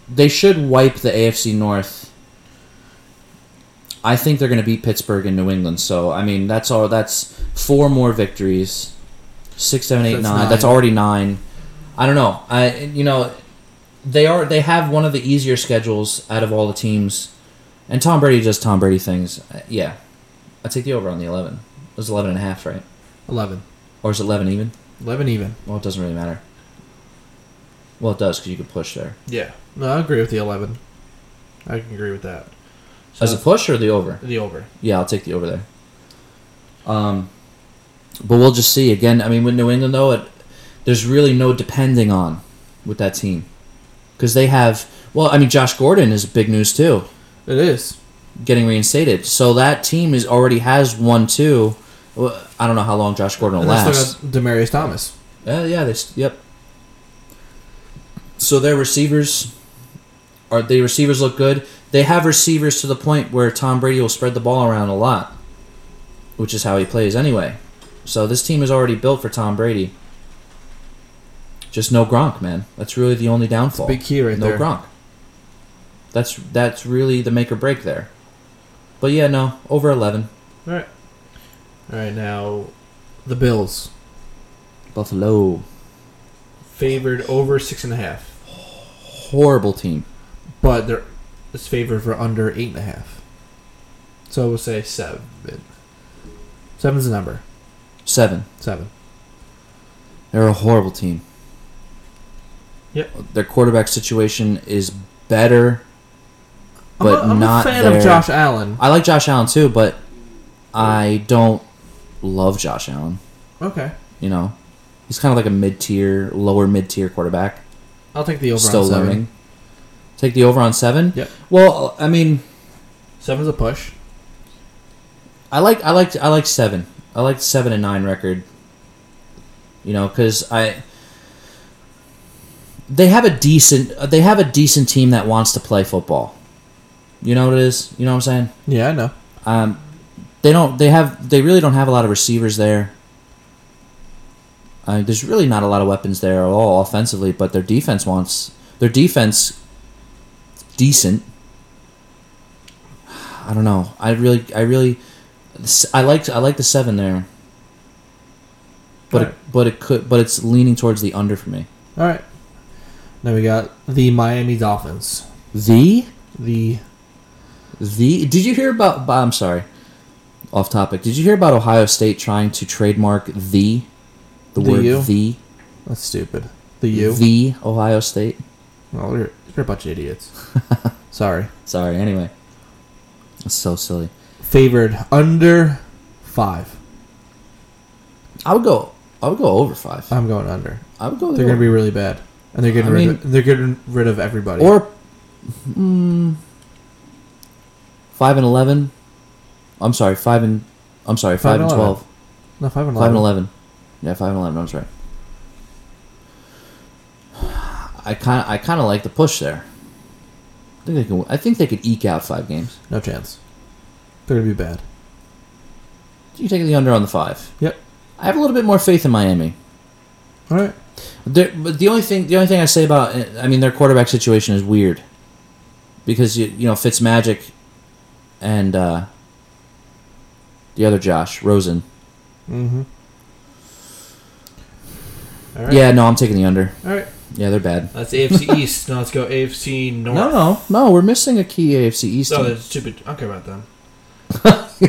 they should wipe the AFC North. I think they're going to beat Pittsburgh and New England. So I mean, that's all. That's four more victories. Six, seven, eight, nine.
That's
that's
nine.
already nine. I don't know. I you know, they are they have one of the easier schedules out of all the teams, and Tom Brady does Tom Brady things. Uh, Yeah, I take the over on the eleven. It was eleven and a half, right?
eleven.
Or is it eleven even?
Eleven even.
Well, it doesn't really matter. Well, it does because you can push there.
Yeah. No, I agree with the eleven. I can agree with that. So
As a push or the over?
the over.
Yeah, I'll take the over there. Um, but we'll just see. Again, I mean, with New England though, it, there's really no depending on with that team because they have. Well, I mean, Josh Gordon is big news too,
It is.
getting reinstated. So that team is already has one two. Well, I don't know how long Josh Gordon will
And they
last.
still got Demarius Thomas.
Yeah, Uh, yeah, they s- yep. So their receivers are the receivers look good. They have receivers to the point where Tom Brady will spread the ball around a lot, which is how he plays anyway. So this team is already built for Tom Brady. Just no Gronk, man. That's really the only downfall.
Big key right
no
there.
Gronk. That's that's really the make or break there. But yeah, no, over eleven.
All right. All right. Now, the Bills
Buffalo,
favored over six and a half,
horrible team.
but they're it's favored for under eight and a half. So we'll say seven. Seven's the number.
Seven.
Seven.
They're a horrible team.
Yep.
Their quarterback situation is better, but
I'm a, I'm
not
a fan
there.
of Josh Allen.
I like Josh Allen too, but I don't love Josh Allen.
Okay,
You know, he's kind of like a mid-tier, lower mid-tier quarterback.
I'll take the over.
still
on seven.
learning. Take the over on seven.
Yep.
Well, I mean,
Seven's a push.
I like I like I like seven. I like seven and nine record. You know, because I they have a decent they have a decent team that wants to play football. You know what it is. You know what I'm saying.
Yeah, I know.
Um, they don't. They have. They really don't have a lot of receivers there. Uh, there's really not a lot of weapons there at all offensively, but their defense wants their defense decent. I don't know. I really, I really, I liked, I like the seven there, but it, but it could, but it's leaning towards the under for me.
All right. Now we got the Miami Dolphins.
The
The
The did you hear about? I'm sorry, off topic. Did you hear about Ohio State trying to trademark the the,
The
word
U?
the
that's stupid. The U.
the Ohio State?
Well, you're, you're a bunch of idiots. Sorry.
Sorry. Anyway, it's so silly.
Favored under five.
I would go. I would go over five.
I'm going under.
I would go.
They're going to be really bad, and they're getting
I
rid.
mean-
of, they're getting rid of everybody.
or mm, five and eleven. I'm sorry. Five and I'm sorry. Five,
Five and
and
11.
twelve.
no, five and
Five and
eleven.
eleven. Yeah, five and eleven. I was right. I kind I kind of like the push there. I think they can. I think they could eke out five games.
No chance. They're going to be bad.
You take the under on the five.
Yep.
I have a little bit more faith in Miami.
All right.
There, but the only thing the only thing I say about I mean their quarterback situation is weird because you you know Fitzmagic and uh, the other Josh Rosen.
Mm-hmm. All right.
Yeah, no, I'm taking the under.
All right.
Yeah, they're bad.
That's AFC East. Now let's go AFC North.
No, no, no. We're missing a key AFC East.
No,
team.
that's stupid. I don't care about them.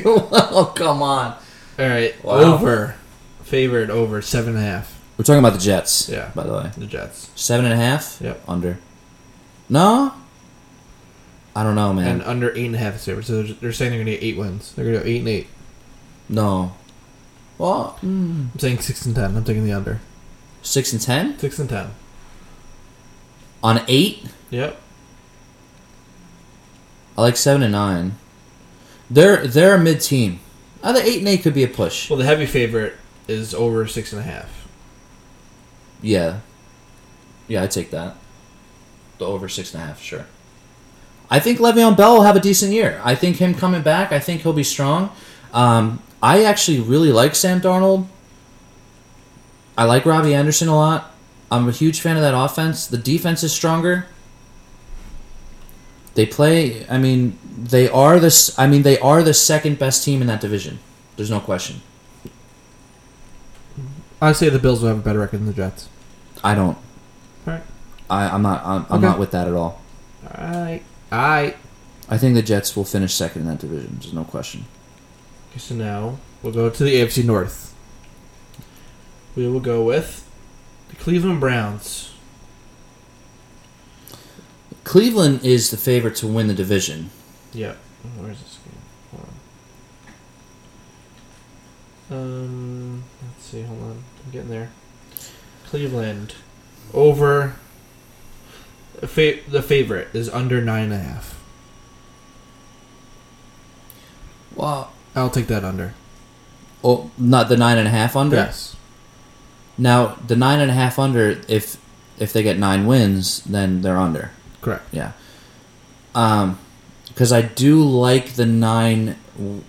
oh come on!
All right.
Wow.
Over. Favored over seven and a half.
We're talking about the Jets.
Yeah.
By the way,
The Jets.
seven and a half.
Yep.
Under. No. I don't know, man.
And under eight and a half is favored. So they're, they're saying they're going to get eight wins. They're going to go eight and eight.
no. Well, mm,
I'm saying six and ten. I'm taking the under.
six and ten
Six and ten.
on eight.
Yep.
I like seven and nine. They're they're a mid team. I think eight and eight could be a push.
Well, the heavy favorite is over six and a half.
Yeah. Yeah, I take that. The over six and a half, sure. I think Le'Veon Bell will have a decent year. I think him coming back, I think he'll be strong. Um, I actually really like Sam Darnold. I like Robbie Anderson a lot. I'm a huge fan of that offense. The defense is stronger. They play. I mean, they are this. I mean, they are the second best team in that division. There's no question.
I say the Bills will have a better record than the Jets.
I don't.
All right.
I, I'm not. I'm, I'm
Okay.
not with that at all.
All right. All right.
I think the Jets will finish second in that division. There's no question.
Okay, so now we'll go to the AFC North. We will go with the Cleveland Browns.
Cleveland is the favorite to win the division.
Yep. Where's this game? Hold on. Um, let's see. Hold on. I'm getting there. Cleveland over. the Fa- the favorite is under nine and a half.
Well,
I'll take that under.
oh, not the nine and a half under.
Yes.
Now the nine and a half under. If if they get nine wins, then they're under.
Correct.
Yeah. Um, because I do like the nine,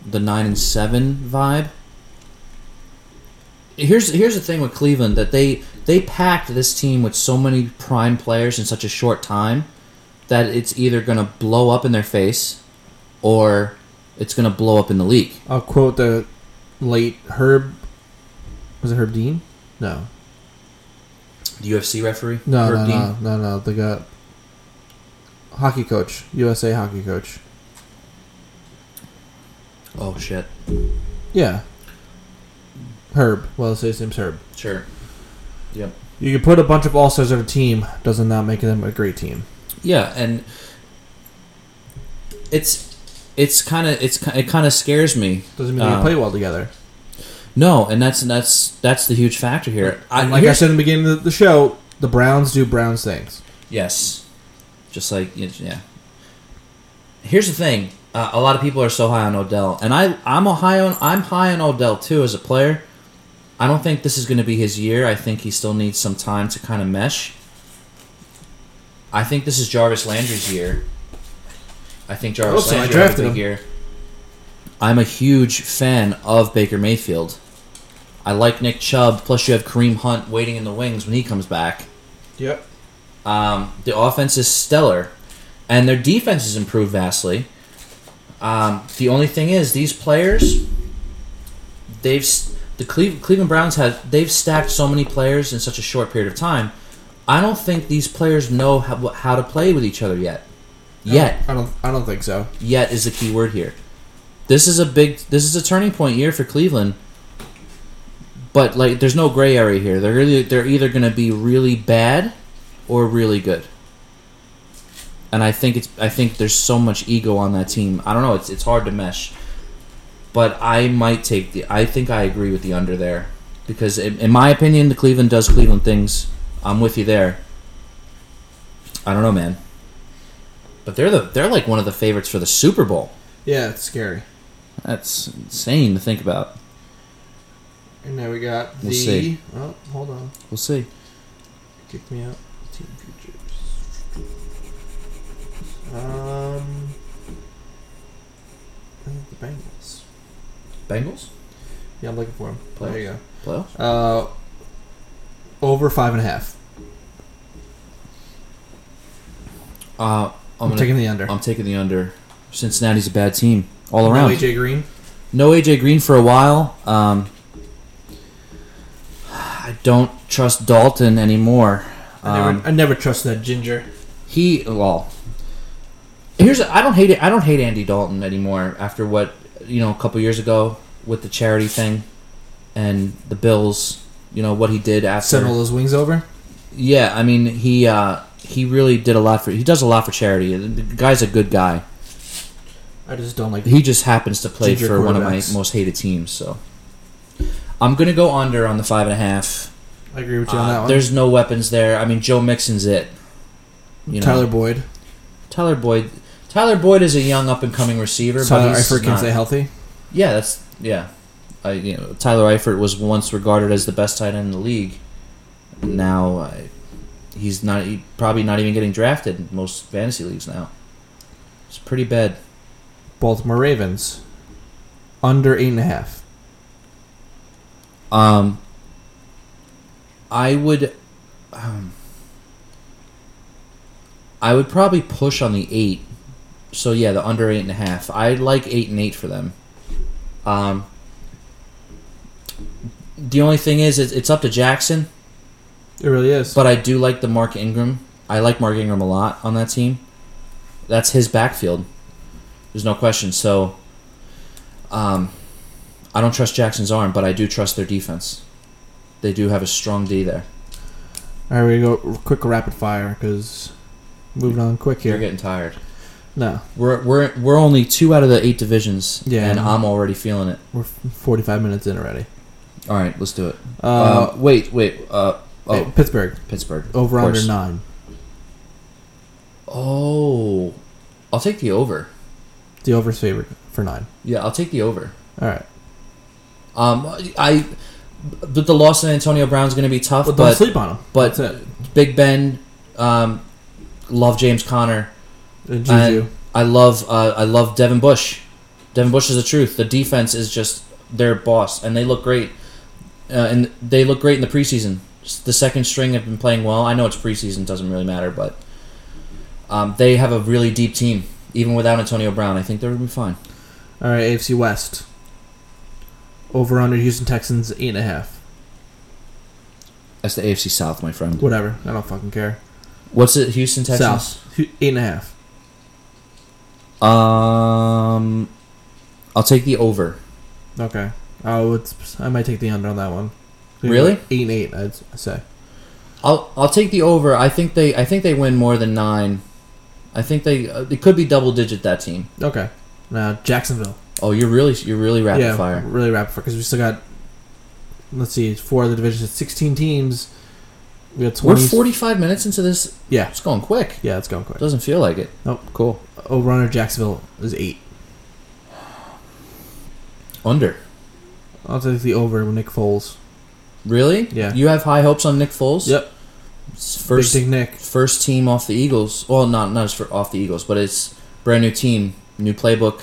the nine and seven vibe. Here's here's the thing with Cleveland that they they packed this team with so many prime players in such a short time that it's either gonna blow up in their face or it's gonna blow up in the league.
I'll quote the late Herb. Was it Herb Dean? No.
The UFC referee,
No,
Herb
no,
Dean?
no, no, no. They got hockey coach, USA hockey coach.
Oh shit!
Yeah, Herb. Well, let's say his name's Herb.
Sure.
You can put a bunch of all stars on a team, doesn't not make them a great team.
Yeah, and it's it's kind of it's ki- it kind of scares me.
Doesn't mean they
Uh,
can play well together.
No, and that's that's that's the huge factor here. I,
And like I
here's-
said in the beginning of the show, the Browns do Browns things.
Yes. Just like y- yeah. Here's the thing: uh, a lot of people are so high on Odell, and I I'm a high on I'm high on Odell too as a player. I don't think this is going to be his year. I think he still needs some time to kind of mesh. I think this is Jarvis Landry's year. I think Jarvis
Oh, so I
Landry had a
drafted
big
him.
year. I'm a huge fan of Baker Mayfield. I like Nick Chubb. Plus, you have Kareem Hunt waiting in the wings when he comes back.
Yep.
Um, the offense is stellar, and their defense has improved vastly. Um, the only thing is, these players, they've s- the Cle- Cleveland Browns have they've stacked so many players in such a short period of time. I don't think these players know how, wh- how to play with each other yet. Yet,
I don't. I don't think so.
yet is the key word here. This is a big. This is a turning point year for Cleveland. But like, there's no gray area here. They're really, they're either going to be really bad or really good. And I think it's. I think there's so much ego on that team. I don't know. It's it's hard to mesh. But I might take the. I think I agree with the under there because in, in my opinion, the Cleveland does Cleveland things. I'm with you there. I don't know, man. But they're the they're like one of the favorites for the Super Bowl.
Yeah, it's scary.
That's insane to think about.
And now we got the.
We'll see.
Oh, hold on.
We'll see.
Kick me out. Team futures. Um. I think the Bengals.
Bengals
Yeah, I'm looking for them. There you
playoffs.
go. Uh, over five and a half.
Uh, I'm,
I'm,
gonna,
taking the under.
I'm taking the under. Cincinnati's a bad team all
No
around. No AJ,
AJ Green.
Green for a while. Um, I don't trust Dalton anymore.
I never,
Um,
I never trust that ginger.
he well here's I don't hate it I don't hate Andy Dalton anymore after what you know a couple years ago with the charity thing and the Bills you know what he did after
Send all those wings over.
yeah I mean he uh, he really did a lot for he does a lot for charity the the guy's a good guy
I just don't like.
he just happens to play
Ginger
for one of my
quarterbacks.
most hated teams so I'm gonna go under on the five and a half
I agree with you on
Uh,
that one.
there's no weapons there I mean Joe Mixon's it you know
Tyler Boyd.
Tyler Boyd. Tyler Boyd is a young up and coming receiver.
Tyler
but he's
Eifert can
not-
stay healthy.
Yeah, that's yeah. I, you know, Tyler Eifert was once regarded as the best tight end in the league. Now I, he's not. He probably not even getting drafted in most fantasy leagues now. It's pretty bad.
Baltimore Ravens. Under eight and a half.
Um, I would, um, I would probably push on the eight. So yeah, the under eight and a half. I like eight and eight for them. Um, the only thing is, it's, it's up to Jackson.
It really is.
But I do like the Mark Ingram. I like Mark Ingram a lot on that team. That's his backfield. There's no question. So, um, I don't trust Jackson's arm, but I do trust their defense. They do have a strong D there.
All right, we go quick rapid fire because moving on quick
You're
here.
getting tired.
No,
We're we're we're only two out of the eight divisions,
Yeah.
and I'm already feeling it.
we're f- 45 minutes in already.
All right, let's do it.
Uh,
um, wait, wait. Uh, oh,
hey, Pittsburgh
Pittsburgh
over
of
under
course.
nine.
Oh, I'll take the over.
The over's favored for nine.
Yeah, I'll take the over.
All right,
Um, I the, the loss to Antonio Brown's going to be tough,
but don't
but
sleep on them.
but-
That's it.
Big Ben, um, love James Conner.
And Juju.
I love uh, I love Devin Bush. Devin Bush is the truth. The defense is just their boss, and they look great. Uh, and they look great in the preseason. Just The second string have been playing well. I know it's preseason; doesn't really matter, but um, they have a really deep team. Even without Antonio Brown, I think they're gonna be fine.
All right, AFC West. Over under Houston Texans eight and a half.
That's the AFC South, my friend.
Whatever. I don't fucking care.
What's it? Houston Texans.
South Hu- eight and a half.
Um, I'll take the over.
Okay. Oh, it's I might take the under on that one.
Really?
Eight and eight, I'd s- say.
I'll I'll take the over. I think they I think they win more than nine. I think they uh, it could be double digit that team.
Okay. Now Jacksonville.
Oh, you're really you're really rapid
yeah,
fire.
really rapid fire because we still got. Let's see, four of the divisions, sixteen teams. We got
We're
twenty.
45 minutes into this.
Yeah,
It's going quick.
yeah, it's going quick.
Doesn't feel like it.
Nope.
Cool.
Over under Jacksonville is eight.
Under.
I'll take the over with Nick Foles.
Really?
Yeah.
You have high hopes on Nick Foles.
Yep.
It's First
Big Dick Nick.
first team off the Eagles. Well, not not as for off the Eagles, but it's brand new team, new playbook.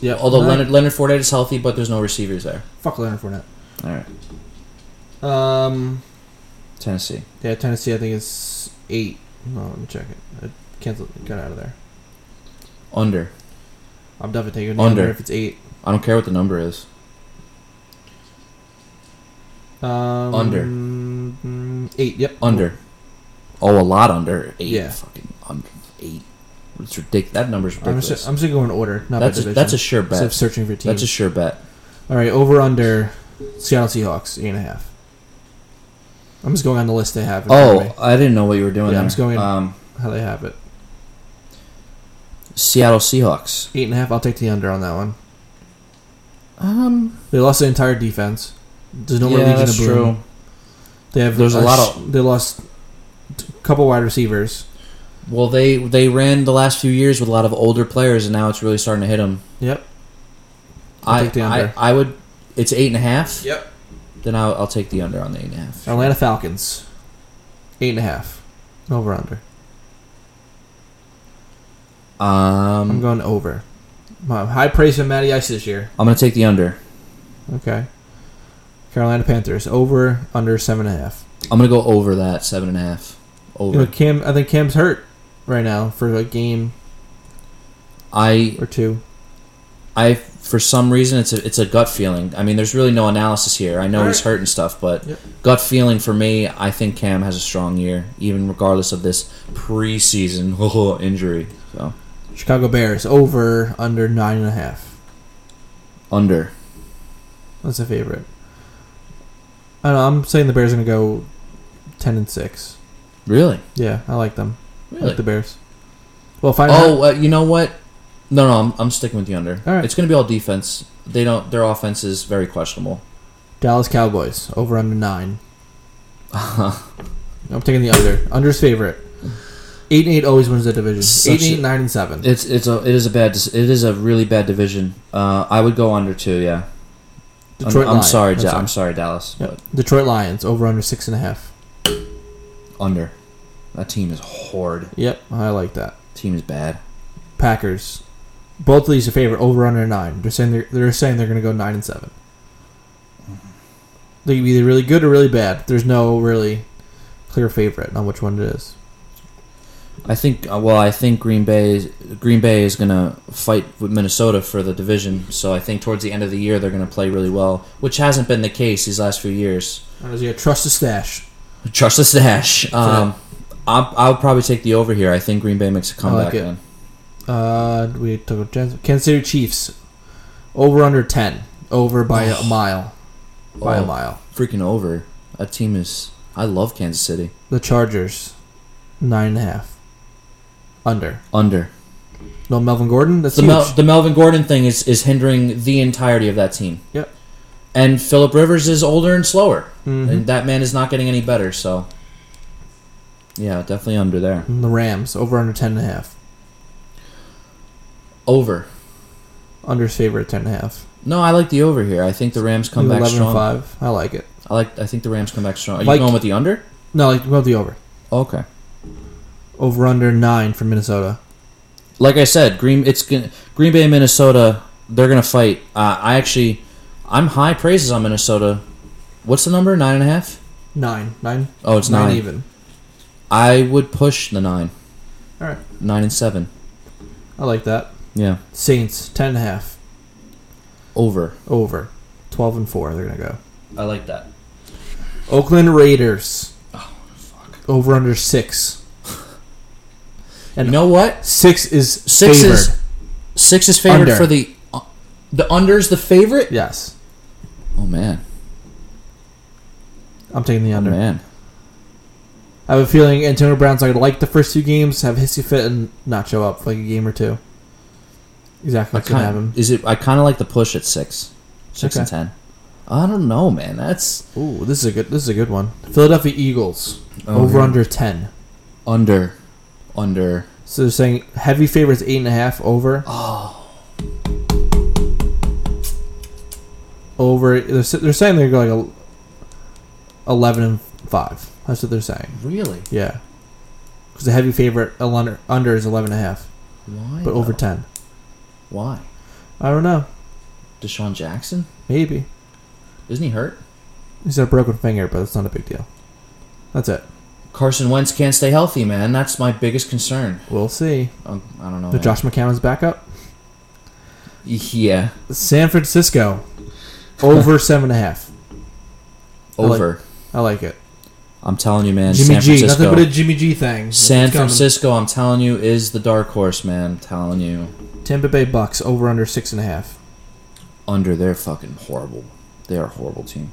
Yeah.
Although
Alright.
Leonard Leonard Fournette is healthy, but there's no receivers there.
fuck Leonard Fournette.
All right.
Um,
Tennessee.
yeah, Tennessee. I think is eight. No, let me check it. I canceled. Got out of there.
Under.
I'm definitely taking the
Under.
under if it's eight.
I don't care what the number is.
Um,
Under.
mm, Eight. Yep.
Under. Oh, a lot under eight.
Yeah.
Fucking under eight. It's ridiculous. That number's
I'm
ridiculous.
just, I'm just gonna go in order. Not
that's
by
a,
division.
that's a sure
Instead of
bet.
searching for teams.
That's a sure bet.
All right, over under Seattle Seahawks eight and a half. I'm just going on the list they have. in front of
Oh, I didn't know what you were doing.
Yeah, I'm
there.
just going-
Um,
me, how they have it?
Seattle Seahawks.
Eight and a half. I'll take the under on that one.
Um,
They lost the entire defense. There's no more
yeah,
Legion
that's
of Boom.
true.
They have.
There's a lot of-
sh- They lost a couple wide receivers.
Well, they they ran the last few years with a lot of older players, and now it's really starting to hit them.
Yep. I'll
I
take the
I,
under.
I would. It's eight and a half.
Yep.
Then I'll, I'll take the under on the eight and a half.
Atlanta Falcons. Eight and a half. Over under.
Um,
I'm
I'm,
going over. My high praise from Matty Ice this year.
gonna take the under.
Okay. Carolina Panthers over under seven and a half.
I'm gonna go over that seven and a half. Over.
You know, Cam, I think Cam's hurt right now for a game
I
or two.
I for some reason it's a it's a gut feeling. I mean, there's really no analysis here. I know he's hurt and stuff, but
Yep.
gut feeling for me, I think Cam has a strong year, even regardless of this preseason injury. So
Chicago Bears over under nine and a half.
under.
That's a favorite. I don't know, I'm saying the Bears are gonna go ten and six.
Really,
Yeah, I like them. I
really.
like the Bears. Well, five. and a half-
oh, uh, you know what? No, no, I'm, I'm sticking with the under.
All right.
It's going to be all defense. They don't. Their offense is very questionable.
Dallas Cowboys over under nine. I'm taking the under. Under's favorite. Eight and eight always wins the division.
Such
Eight and
a-
eight, nine and seven.
It's it's a it is a bad dis- it is a really bad division. Uh, I would go under too. Yeah. I'm-
Detroit
I'm,
Lions.
sorry,
I'm
Ja-
sorry.
I'm sorry, Dallas.
Yep. Detroit Lions over under six and a half.
But under. That team is horde.
Yep, I like that.
Team is bad.
Packers. Both of these are favorite over under nine. They're saying they're, they're saying they're going to go nine and seven. They could be either really good or really bad. There's no really clear favorite on which one it is.
I think. Uh, well, I think Green Bay is, Green Bay is going to fight with Minnesota for the division. So I think towards the end of the year they're going to play really well, which hasn't been the case these last few years.
Uh, so yeah, trust the stash.
Trust the stash. Um, I'll, I'll probably take the over here. I think Green Bay makes a comeback.
it.
then.
Uh, we took a chance. Kansas City Chiefs over under ten. Over by a mile. By
Oh.
a mile.
Freaking over. That team is. I love Kansas City.
The Chargers nine and a half. Under.
Under.
No Melvin Gordon. That's
The,
huge.
Mel- the Melvin Gordon thing is, is hindering the entirety of that team.
Yep.
And Philip Rivers is older and slower.
Mhm.
And that man is not getting any better, so. Yeah, definitely under there.
And the Rams over under ten and a half.
Over.
Under's favorite ten and a half.
No, I like the over here. I think the Rams come back
11
strong.
five. I like it.
I like. I think the Rams come back strong. Are
Like-
you going with the under?
No, like go the over.
Okay.
Over under nine for Minnesota.
like I said, Green it's gonna- Green Bay, Minnesota. They're gonna fight. Uh, I actually, I'm high praises on Minnesota. What's the number? Nine and a half.
Nine, nine.
Oh, it's nine.
even.
I would push the nine,
All right,
nine and seven.
I like that.
Yeah,
Saints ten and a half
over.
over. Twelve and four. They're gonna go.
I like that.
Oakland Raiders. Oh fuck. Over under six.
And you know what?
Six is
Six
favored.
is six is favored
Under.
for the uh, the under's the favorite.
yes.
Oh man.
I'm taking the
Oh
under.
man.
I have a feeling Antonio Brown's going to like the first two games, have hissy fit, and not show up for like a game or two.
I
Exactly what's going to happen.
kind is it? I kind of like the push at six, six and ten. I don't know, man. That's
Ooh, this is a good. This is a good one. Philadelphia Eagles over
yeah.
under ten.
under, under.
So they're saying heavy favorites eight and a half over. Oh. Over. They're, s- they're saying they're going el- eleven and five. That's what they're saying.
Really?
Yeah. Because the heavy favorite el- under, under is eleven and a half,
Why?
but over
though?
ten.
Why?
I don't know.
Deshaun Jackson?
Maybe.
Isn't he hurt?
He's got a broken finger, but it's not a big deal. That's it.
Carson Wentz can't stay healthy, man. That's my biggest concern.
We'll see.
Um, I don't know.
But
man.
Josh McCown's back up.
Yeah.
San Francisco over seven and a half. I like-
Over.
I like it.
I'm telling you, man.
Jimmy
San
G,
Francisco.
nothing but a Jimmy G thing.
San
It's coming.
Francisco, I'm telling you, is the dark horse, man. I'm telling you.
Tampa Bay Bucks over under six and a half.
Under. They're fucking horrible. They are a horrible team.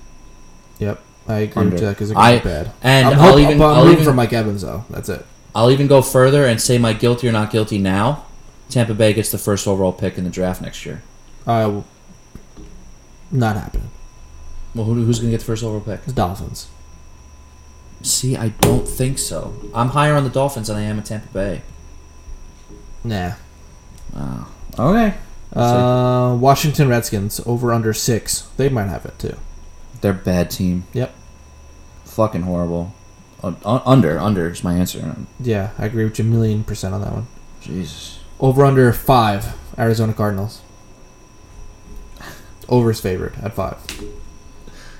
Yep, I agree
Under.
with you because they're
I-
gonna be bad.
And
I'm,
I'll
hope-
even-
but I'm
I'll
rooting
even-
for Mike Evans though. That's it.
I'll even go further and say my guilty or not guilty now. Tampa Bay gets the first overall pick in the draft next year.
Uh, w- not happening.
Well, who, who's going to get the first overall pick?
It's Dolphins.
See, I don't think so. I'm higher on the Dolphins than I am in Tampa Bay.
Nah.
Wow. Okay.
Uh, Washington Redskins over under six. They might have it too.
They're a bad team.
Yep.
Fucking horrible. Un- un- under, under is my answer.
Yeah, I agree with you a million percent on that one.
Jesus.
Over under five. Arizona Cardinals. Over's favored at five.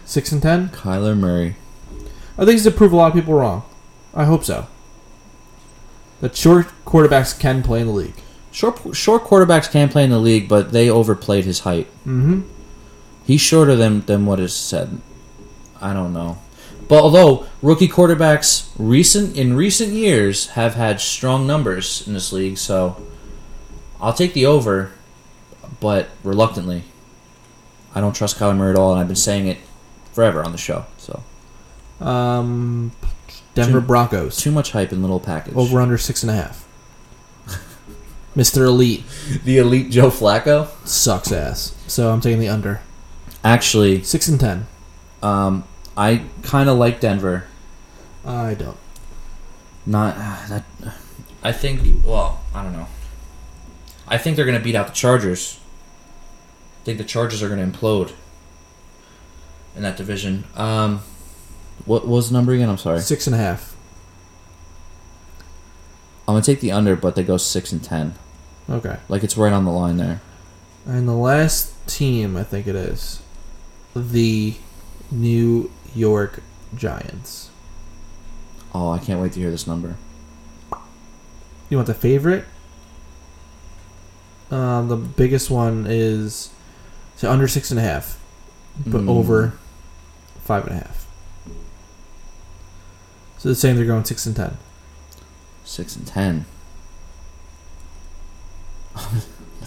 Six and ten.
Kyler Murray.
I think this to prove a lot of people wrong. I hope so. That short quarterbacks can play in the league.
Short, short quarterbacks can play in the league, but they overplayed his height.
Mm-hmm.
He's shorter than, than what is said. I don't know. But although rookie quarterbacks recent in recent years have had strong numbers in this league, so I'll take the over, but reluctantly. I don't trust Kyler Murray at all, and I've been saying it forever on the show. So
Um, Denver
Two-
Broncos
too much hype in little package.
over under six and a half. Mister Elite
the elite Joe Flacco.
sucks ass, so I'm taking the under
Actually,
six and ten.
um, I kind of like Denver.
I don't.
Not uh, that. I think. Well, I don't know. I think they're going to beat out the Chargers. I think the Chargers are going to implode in that division. Um, what was the number again? I'm sorry.
Six and a half.
I'm going to take the under, but they go six and ten.
Okay.
Like it's right on the line there.
And the last team, I think it is, the New York Giants.
Oh, I can't wait to hear this number.
You want the favorite? Um, the biggest one is so under six and a half, but
Mm.
over five and a half. So the same, they're going six and ten.
Six and ten. I'll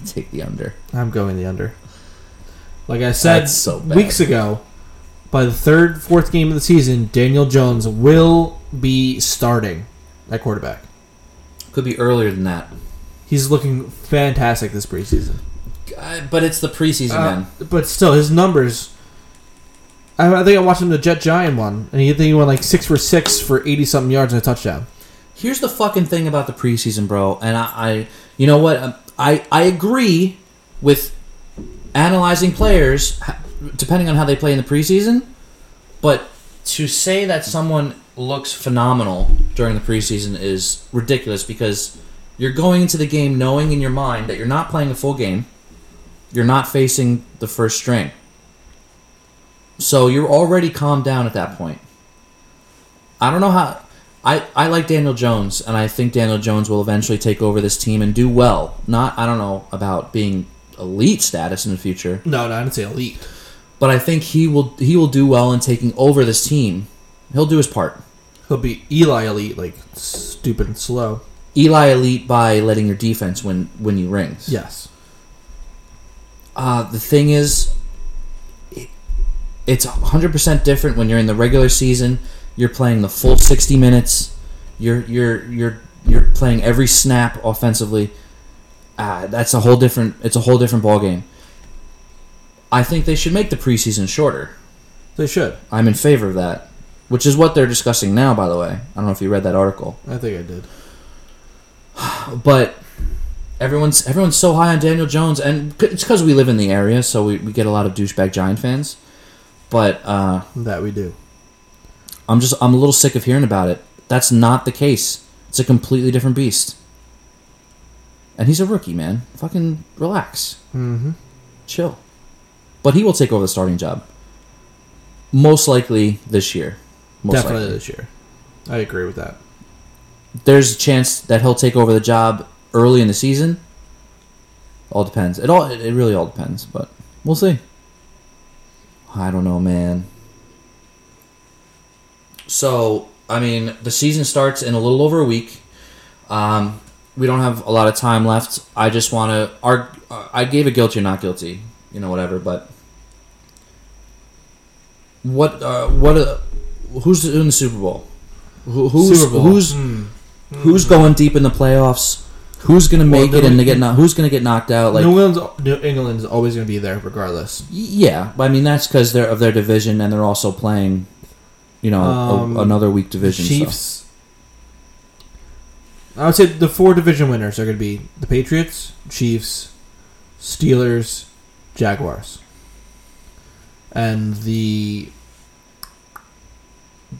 take the under.
I'm going the under. Like I said
That's so bad.
weeks ago, by the third, fourth game of the season, Daniel Jones will be starting at quarterback.
Could be earlier than that,
He's looking fantastic this preseason.
Uh, but it's the preseason,
Uh,
man.
But still, his numbers. I, I think I watched him the Jet Giant one, and he I think he went like six for six for eighty something yards and a touchdown.
Here's the fucking thing about the preseason, bro. And I, I you know what? Um, I, I agree with analyzing players h- depending on how they play in the preseason, but to say that someone looks phenomenal during the preseason is ridiculous because you're going into the game knowing in your mind that you're not playing a full game, you're not facing the first string. So you're already calmed down at that point. I don't know how. I, I like Daniel Jones, and I think Daniel Jones will eventually take over this team and do well. Not, I don't know about being elite status in the future,
No, no, I didn't say elite.
but I think he will he will do well in taking over this team. He'll do his part.
He'll be Eli elite, like stupid and slow.
Eli elite by letting your defense win win you rings.
Yes,
Uh, the thing is, it, it's 100% different when you're in the regular season. You're playing the full 60 minutes. You're you're you're you're playing every snap offensively. Ah, that's a whole different. It's a whole different ball game. I think they should make the preseason shorter.
They should.
I'm in favor of that, which is what they're discussing now. By the way, I don't know if you read that article
I think I did.
but everyone's everyone's so high on Daniel Jones, and c- it's because we live in the area, so we, we get a lot of douchebag Giant fans. But uh,
That we do.
I'm just I'm a little sick of hearing about it. That's not the case. It's a completely different beast. And he's a rookie, man. Fucking relax,
Mm-hmm.
chill. But he will take over the starting job, most likely this year. Most
Definitely
likely.
this year. I agree with that.
there's a chance that he'll take over the job early in the season. All depends. It all it it really all depends, but we'll see. I don't know, man. So I mean, the season starts in a little over a week. Um, we don't have a lot of time left. I just want to. Our I gave a guilty or not guilty, you know, whatever. But what? Uh, what? Uh, who's in the Super Bowl? Who, who's
Super Bowl. Hmm.
who's who's going deep in the playoffs? Who's gonna
Well,
make
then
it and
we
they get
can-
knocked? Who's gonna get knocked out? Like,
New England's New England is always going to be there regardless.
yeah, I mean that's because they're of their division and they're also playing, you know, a-
Um,
another weak division. so-
Chiefs. I would say the four division winners are going to be the Patriots, Chiefs, Steelers, Jaguars, and the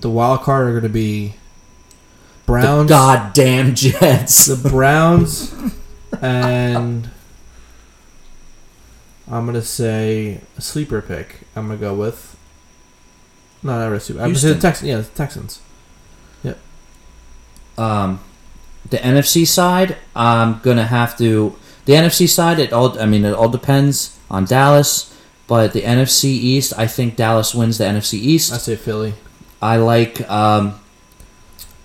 the wild card are going to be
the
Browns,
goddamn Jets.
the Browns, and I'm going to say a sleeper pick. I'm going to go with no, not really sleeper. I'm going to say the
Houston.
Texans. Yeah, the Texans.
um, the NFC side, I'm gonna have to. The NFC side, it all. I mean, it all depends on Dallas, but the NFC East, I think Dallas wins the NFC East.
I say Philly.
I like. Um,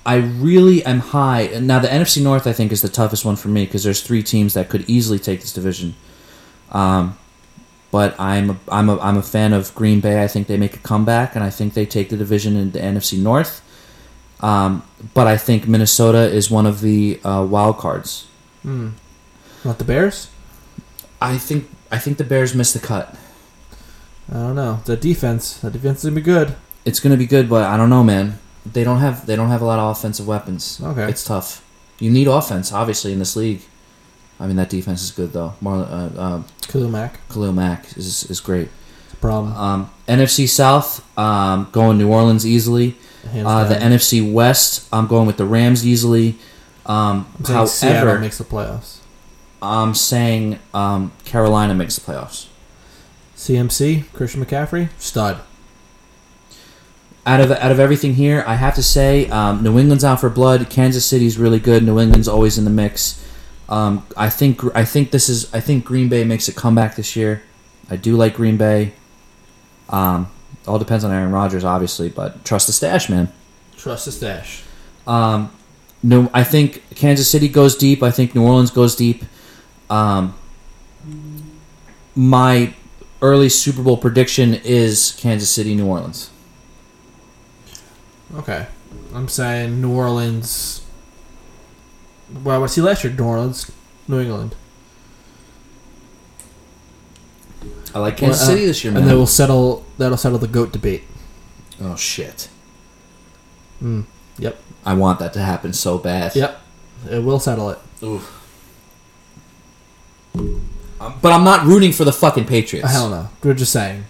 I really am high now. The NFC North, I think, is the toughest one for me because there's three teams that could easily take this division. Um, but I'm a, I'm a, I'm a fan of Green Bay. I think they make a comeback, and I think they take the division in the NFC North. Um, but I think Minnesota is one of the uh, wild cards.
Hmm. Not the Bears?
I think I think the Bears missed the cut.
I don't know. The defense. That defense is gonna be good.
It's gonna be good, but I don't know, man. They don't have they don't have a lot of offensive weapons.
Okay.
It's tough. You need offense, obviously, in this league. I mean, that defense is good though. Mar- uh, uh,
Kalumak.
Khalil Mack is is great.
It's a problem.
Um, NFC South, um, going New Orleans easily.
Hands
Uh, the
down.
NFC West, I'm going with the Rams easily. Um,
I'm saying Seattle
however,
makes the playoffs.
I'm saying um, Carolina makes the playoffs.
CMC, Christian McCaffrey, stud.
out of out of everything here, I have to say um, New England's out for blood. Kansas City's really good. New England's always in the mix. Um, I think I think this is I think Green Bay makes a comeback this year. I do like Green Bay. Um, all depends on Aaron Rodgers, obviously, but trust the stash, man.
Trust the stash.
Um, no, I think Kansas City goes deep. I think New Orleans goes deep. Um, my early Super Bowl prediction is Kansas City, New Orleans.
Okay. I'm saying New Orleans. Well, what I see last year, New Orleans, New England,
I like Kansas
Well, uh,
City this year, man.
and they will settle. That'll settle the goat debate.
Oh shit!
Mm. Yep.
I want that to happen so bad.
Yep. It will settle it.
Oof. Um, but I'm not rooting for the fucking Patriots.
Hell no. We're just saying.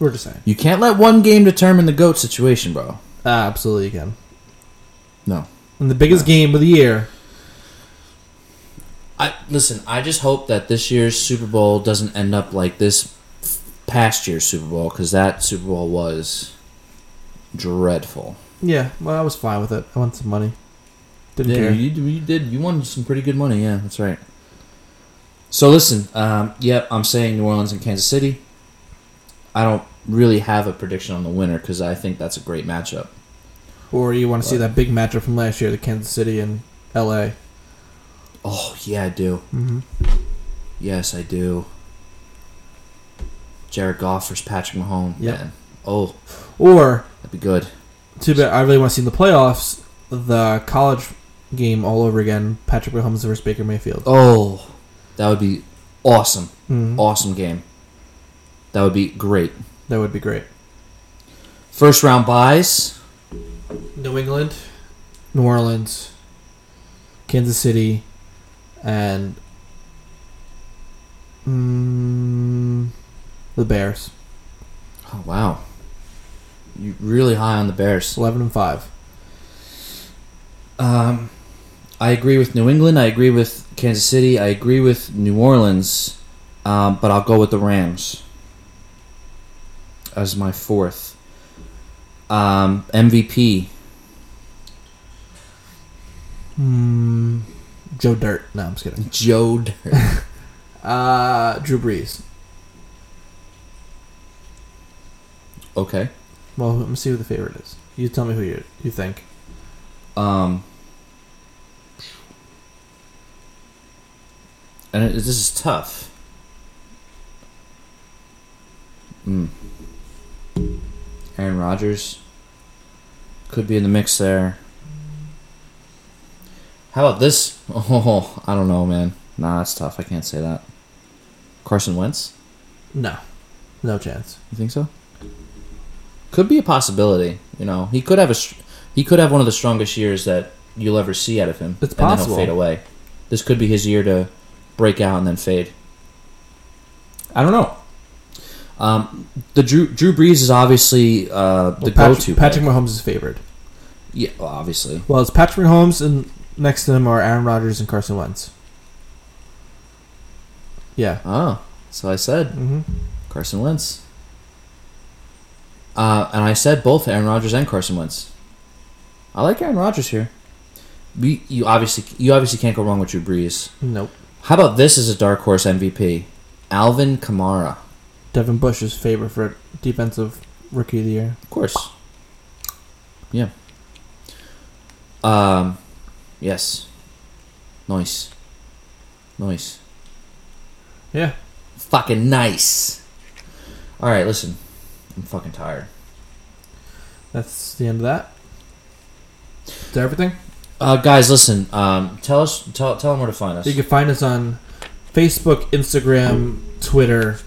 We're just saying.
You can't let one game determine the goat situation, bro.
Absolutely, you can.
No.
And the biggest game of the year.
I listen. I just hope that this year's Super Bowl doesn't end up like this past year's Super Bowl because that Super Bowl was dreadful.
Yeah, well, I was fine with it. I want some money. Didn't care.
you, you did. You won some pretty good money. Yeah, that's right. So listen, um, yep, I'm saying New Orleans and Kansas City. I don't really have a prediction on the winner because I think that's a great matchup.
Or you want to see that big matchup from last year, the Kansas City and L.A.
Oh yeah, I do.
Mm-hmm.
Yes, I do. Jared Goff versus Patrick Mahomes.
Yep.
man. Oh,
Or
that'd be good.
too bad I really want to see in the playoffs the college game all over again. Patrick Mahomes versus Baker Mayfield.
Oh, that would be awesome.
Mm,
Awesome game. That would be great.
that would be great.
First round buys.
New England, New Orleans, Kansas City, and mm, the Bears.
Oh wow, you really high on the Bears.
Eleven and five.
Um, I agree with New England. I agree with Kansas City. I agree with New Orleans. Um, but I'll go with the Rams as my fourth. Um, MVP.
Mm, Joe Dirt. No, I'm just kidding.
Joe Dirt.
Uh, Drew Brees.
Okay.
Well, let me see who the favorite is. You tell me who you you think.
Um, and it, this is tough. Mm. Aaron Rodgers could be in the mix there. How about this? Oh, I don't know, man. Nah, that's tough. I can't say that. Carson Wentz?
No, no chance.
You think so? Could be a possibility. You know, he could have a str- he could have one of the strongest years that you'll ever see out of him.
It's
and
possible.
then he'll fade away. This could be his year to break out and then fade. I don't know. Um, the Drew Drew Brees is obviously uh, the
Well, Patrick,
go-to.
Patrick
pick.
Mahomes is favored.
yeah, well, obviously.
Well, it's Patrick Mahomes, and next to him are Aaron Rodgers and Carson Wentz. Yeah.
Oh, so I said
Mm-hmm.
Carson Wentz. Uh, and I said both Aaron Rodgers and Carson Wentz. I like Aaron Rodgers here. We, you obviously you obviously can't go wrong with Drew Brees.
Nope.
How about this as a dark horse MVP? Alvin Kamara.
Devin Bush is favored for defensive rookie of the year.
Of course. Yeah. Um yes. Nice. Nice.
Yeah.
Fucking nice. All right, listen. I'm fucking tired.
That's the end of that. Is that everything?
Uh, guys, listen. Um, tell us, tell, tell them where to find us.
You can find us on Facebook, Instagram, Twitter,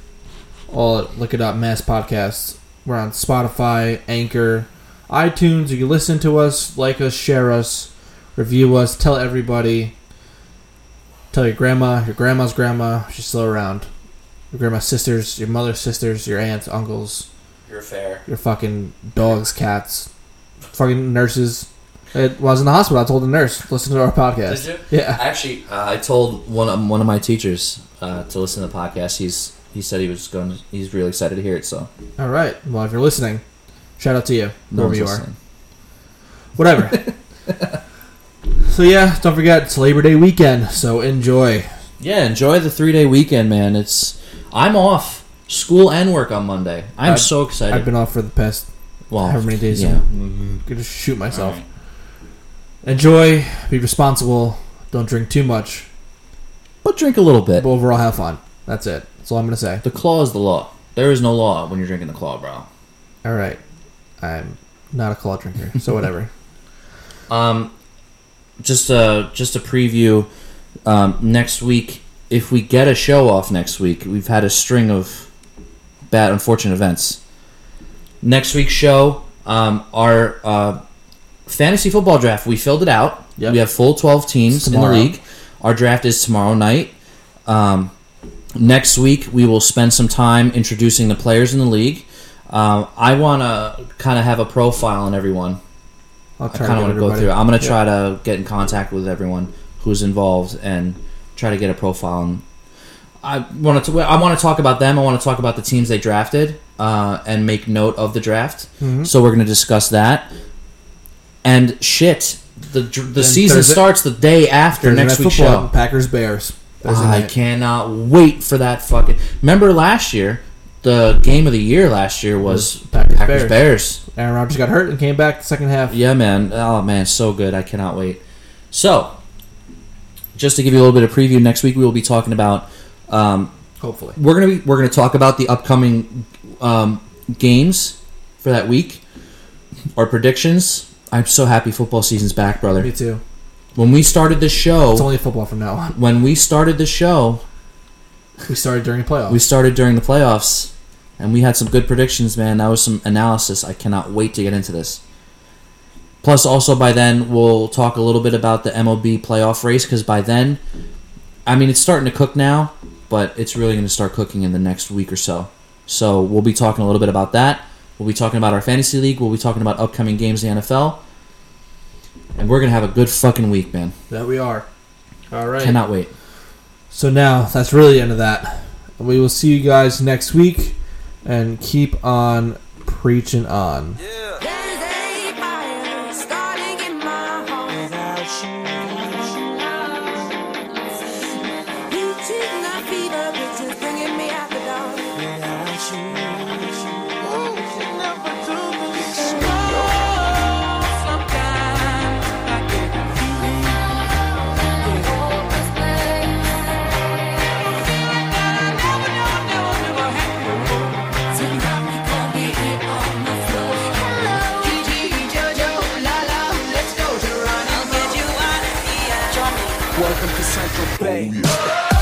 all at look it up, Mass Podcasts. We're on Spotify, Anchor, iTunes. You can listen to us, like us, share us, review us, tell everybody. Tell your grandma, your grandma's grandma, if she's still around. Your grandma's sisters, your mother's sisters, your aunts, uncles,
You're fair.
your fucking dogs, cats, fucking nurses. It was in the hospital. I told the nurse, listen to our podcast.
Did
Yeah.
Actually, uh, I told one of, one of my teachers uh, to listen to the podcast. He's he said he was going. To, he's really excited to hear it. So
All right. Well, if you're listening, shout out to you,
no
wherever
one's
you
listening.
are. Whatever. so, yeah, don't forget, it's Labor Day weekend, so enjoy.
Yeah, enjoy the three day weekend, man. It's I'm off school and work on Monday. I'm
I've-
so excited.
I've been off for the past
well,
however many days.
Yeah.
I'm going to shoot myself. Enjoy, be responsible, don't drink too much,
But drink a little bit.
but overall, have fun. That's it. That's all I'm going to say.
The claw is the law. There is no law when you're drinking the claw, bro.
All right. I'm not a claw drinker, so whatever.
Um, just a just a preview. Um, next week, if we get a show off next week, we've had a string of bad, unfortunate events. Next week's show, um, our uh, fantasy football draft. We filled it out.
Yep.
We have full twelve teams in the
Tomorrow.
league. Our draft is tomorrow night. Um, next week, we will spend some time introducing the players in the league. Um, I want to kind of have a profile on everyone.
I'll
I
try
kind of
to
want
get
to go
everybody-
through. I'm going to
Yeah.
try to get in contact with everyone who's involved and try to get a profile. And I want to. I want to talk about them. I want to talk about the teams they drafted uh, and make note of the draft.
Mm-hmm.
So we're going to discuss that. And shit, the dr- the
Then
season
Thursday-
starts the day after
Thursday
next
Night
week's
Football,
show.
Packers, Bears. Thursday
I
night.
cannot wait for that fucking. Remember last year, the game of the year last year was
Packers,
Packers
Bears.
Bears.
Aaron Rodgers got hurt and came back the second half.
Yeah, man. Oh man, so good. I cannot wait. So, just to give you a little bit of preview, next week we will be talking about um,
Hopefully.
we're gonna be, we're gonna talk about the upcoming um, games for that week, our predictions. I'm so happy football season's back,
Me
brother.
too.
When we started this
It's
show,
only football from now on.
when we started the show,
We started during the playoffs.
we started during the playoffs, and we had some good predictions, man. That was some analysis. I cannot wait to get into this. Plus, also by then we'll talk a little bit about the MLB playoff race because by then, I mean it's starting to cook now, but it's really going to start cooking in the next week or so. So we'll be talking a little bit about that. We'll be talking about our fantasy league. We'll be talking about upcoming games in the NFL, and we're gonna have a good fucking week, man.
that we are. All right.
Cannot wait.
So now that's really the end of that. We will see you guys next week, and keep on preaching on.
There's a fire starting in my heart. Reaching the fever pitch is bringing me out the dark. Oh, sometimes I get
Welcome to Central Bay.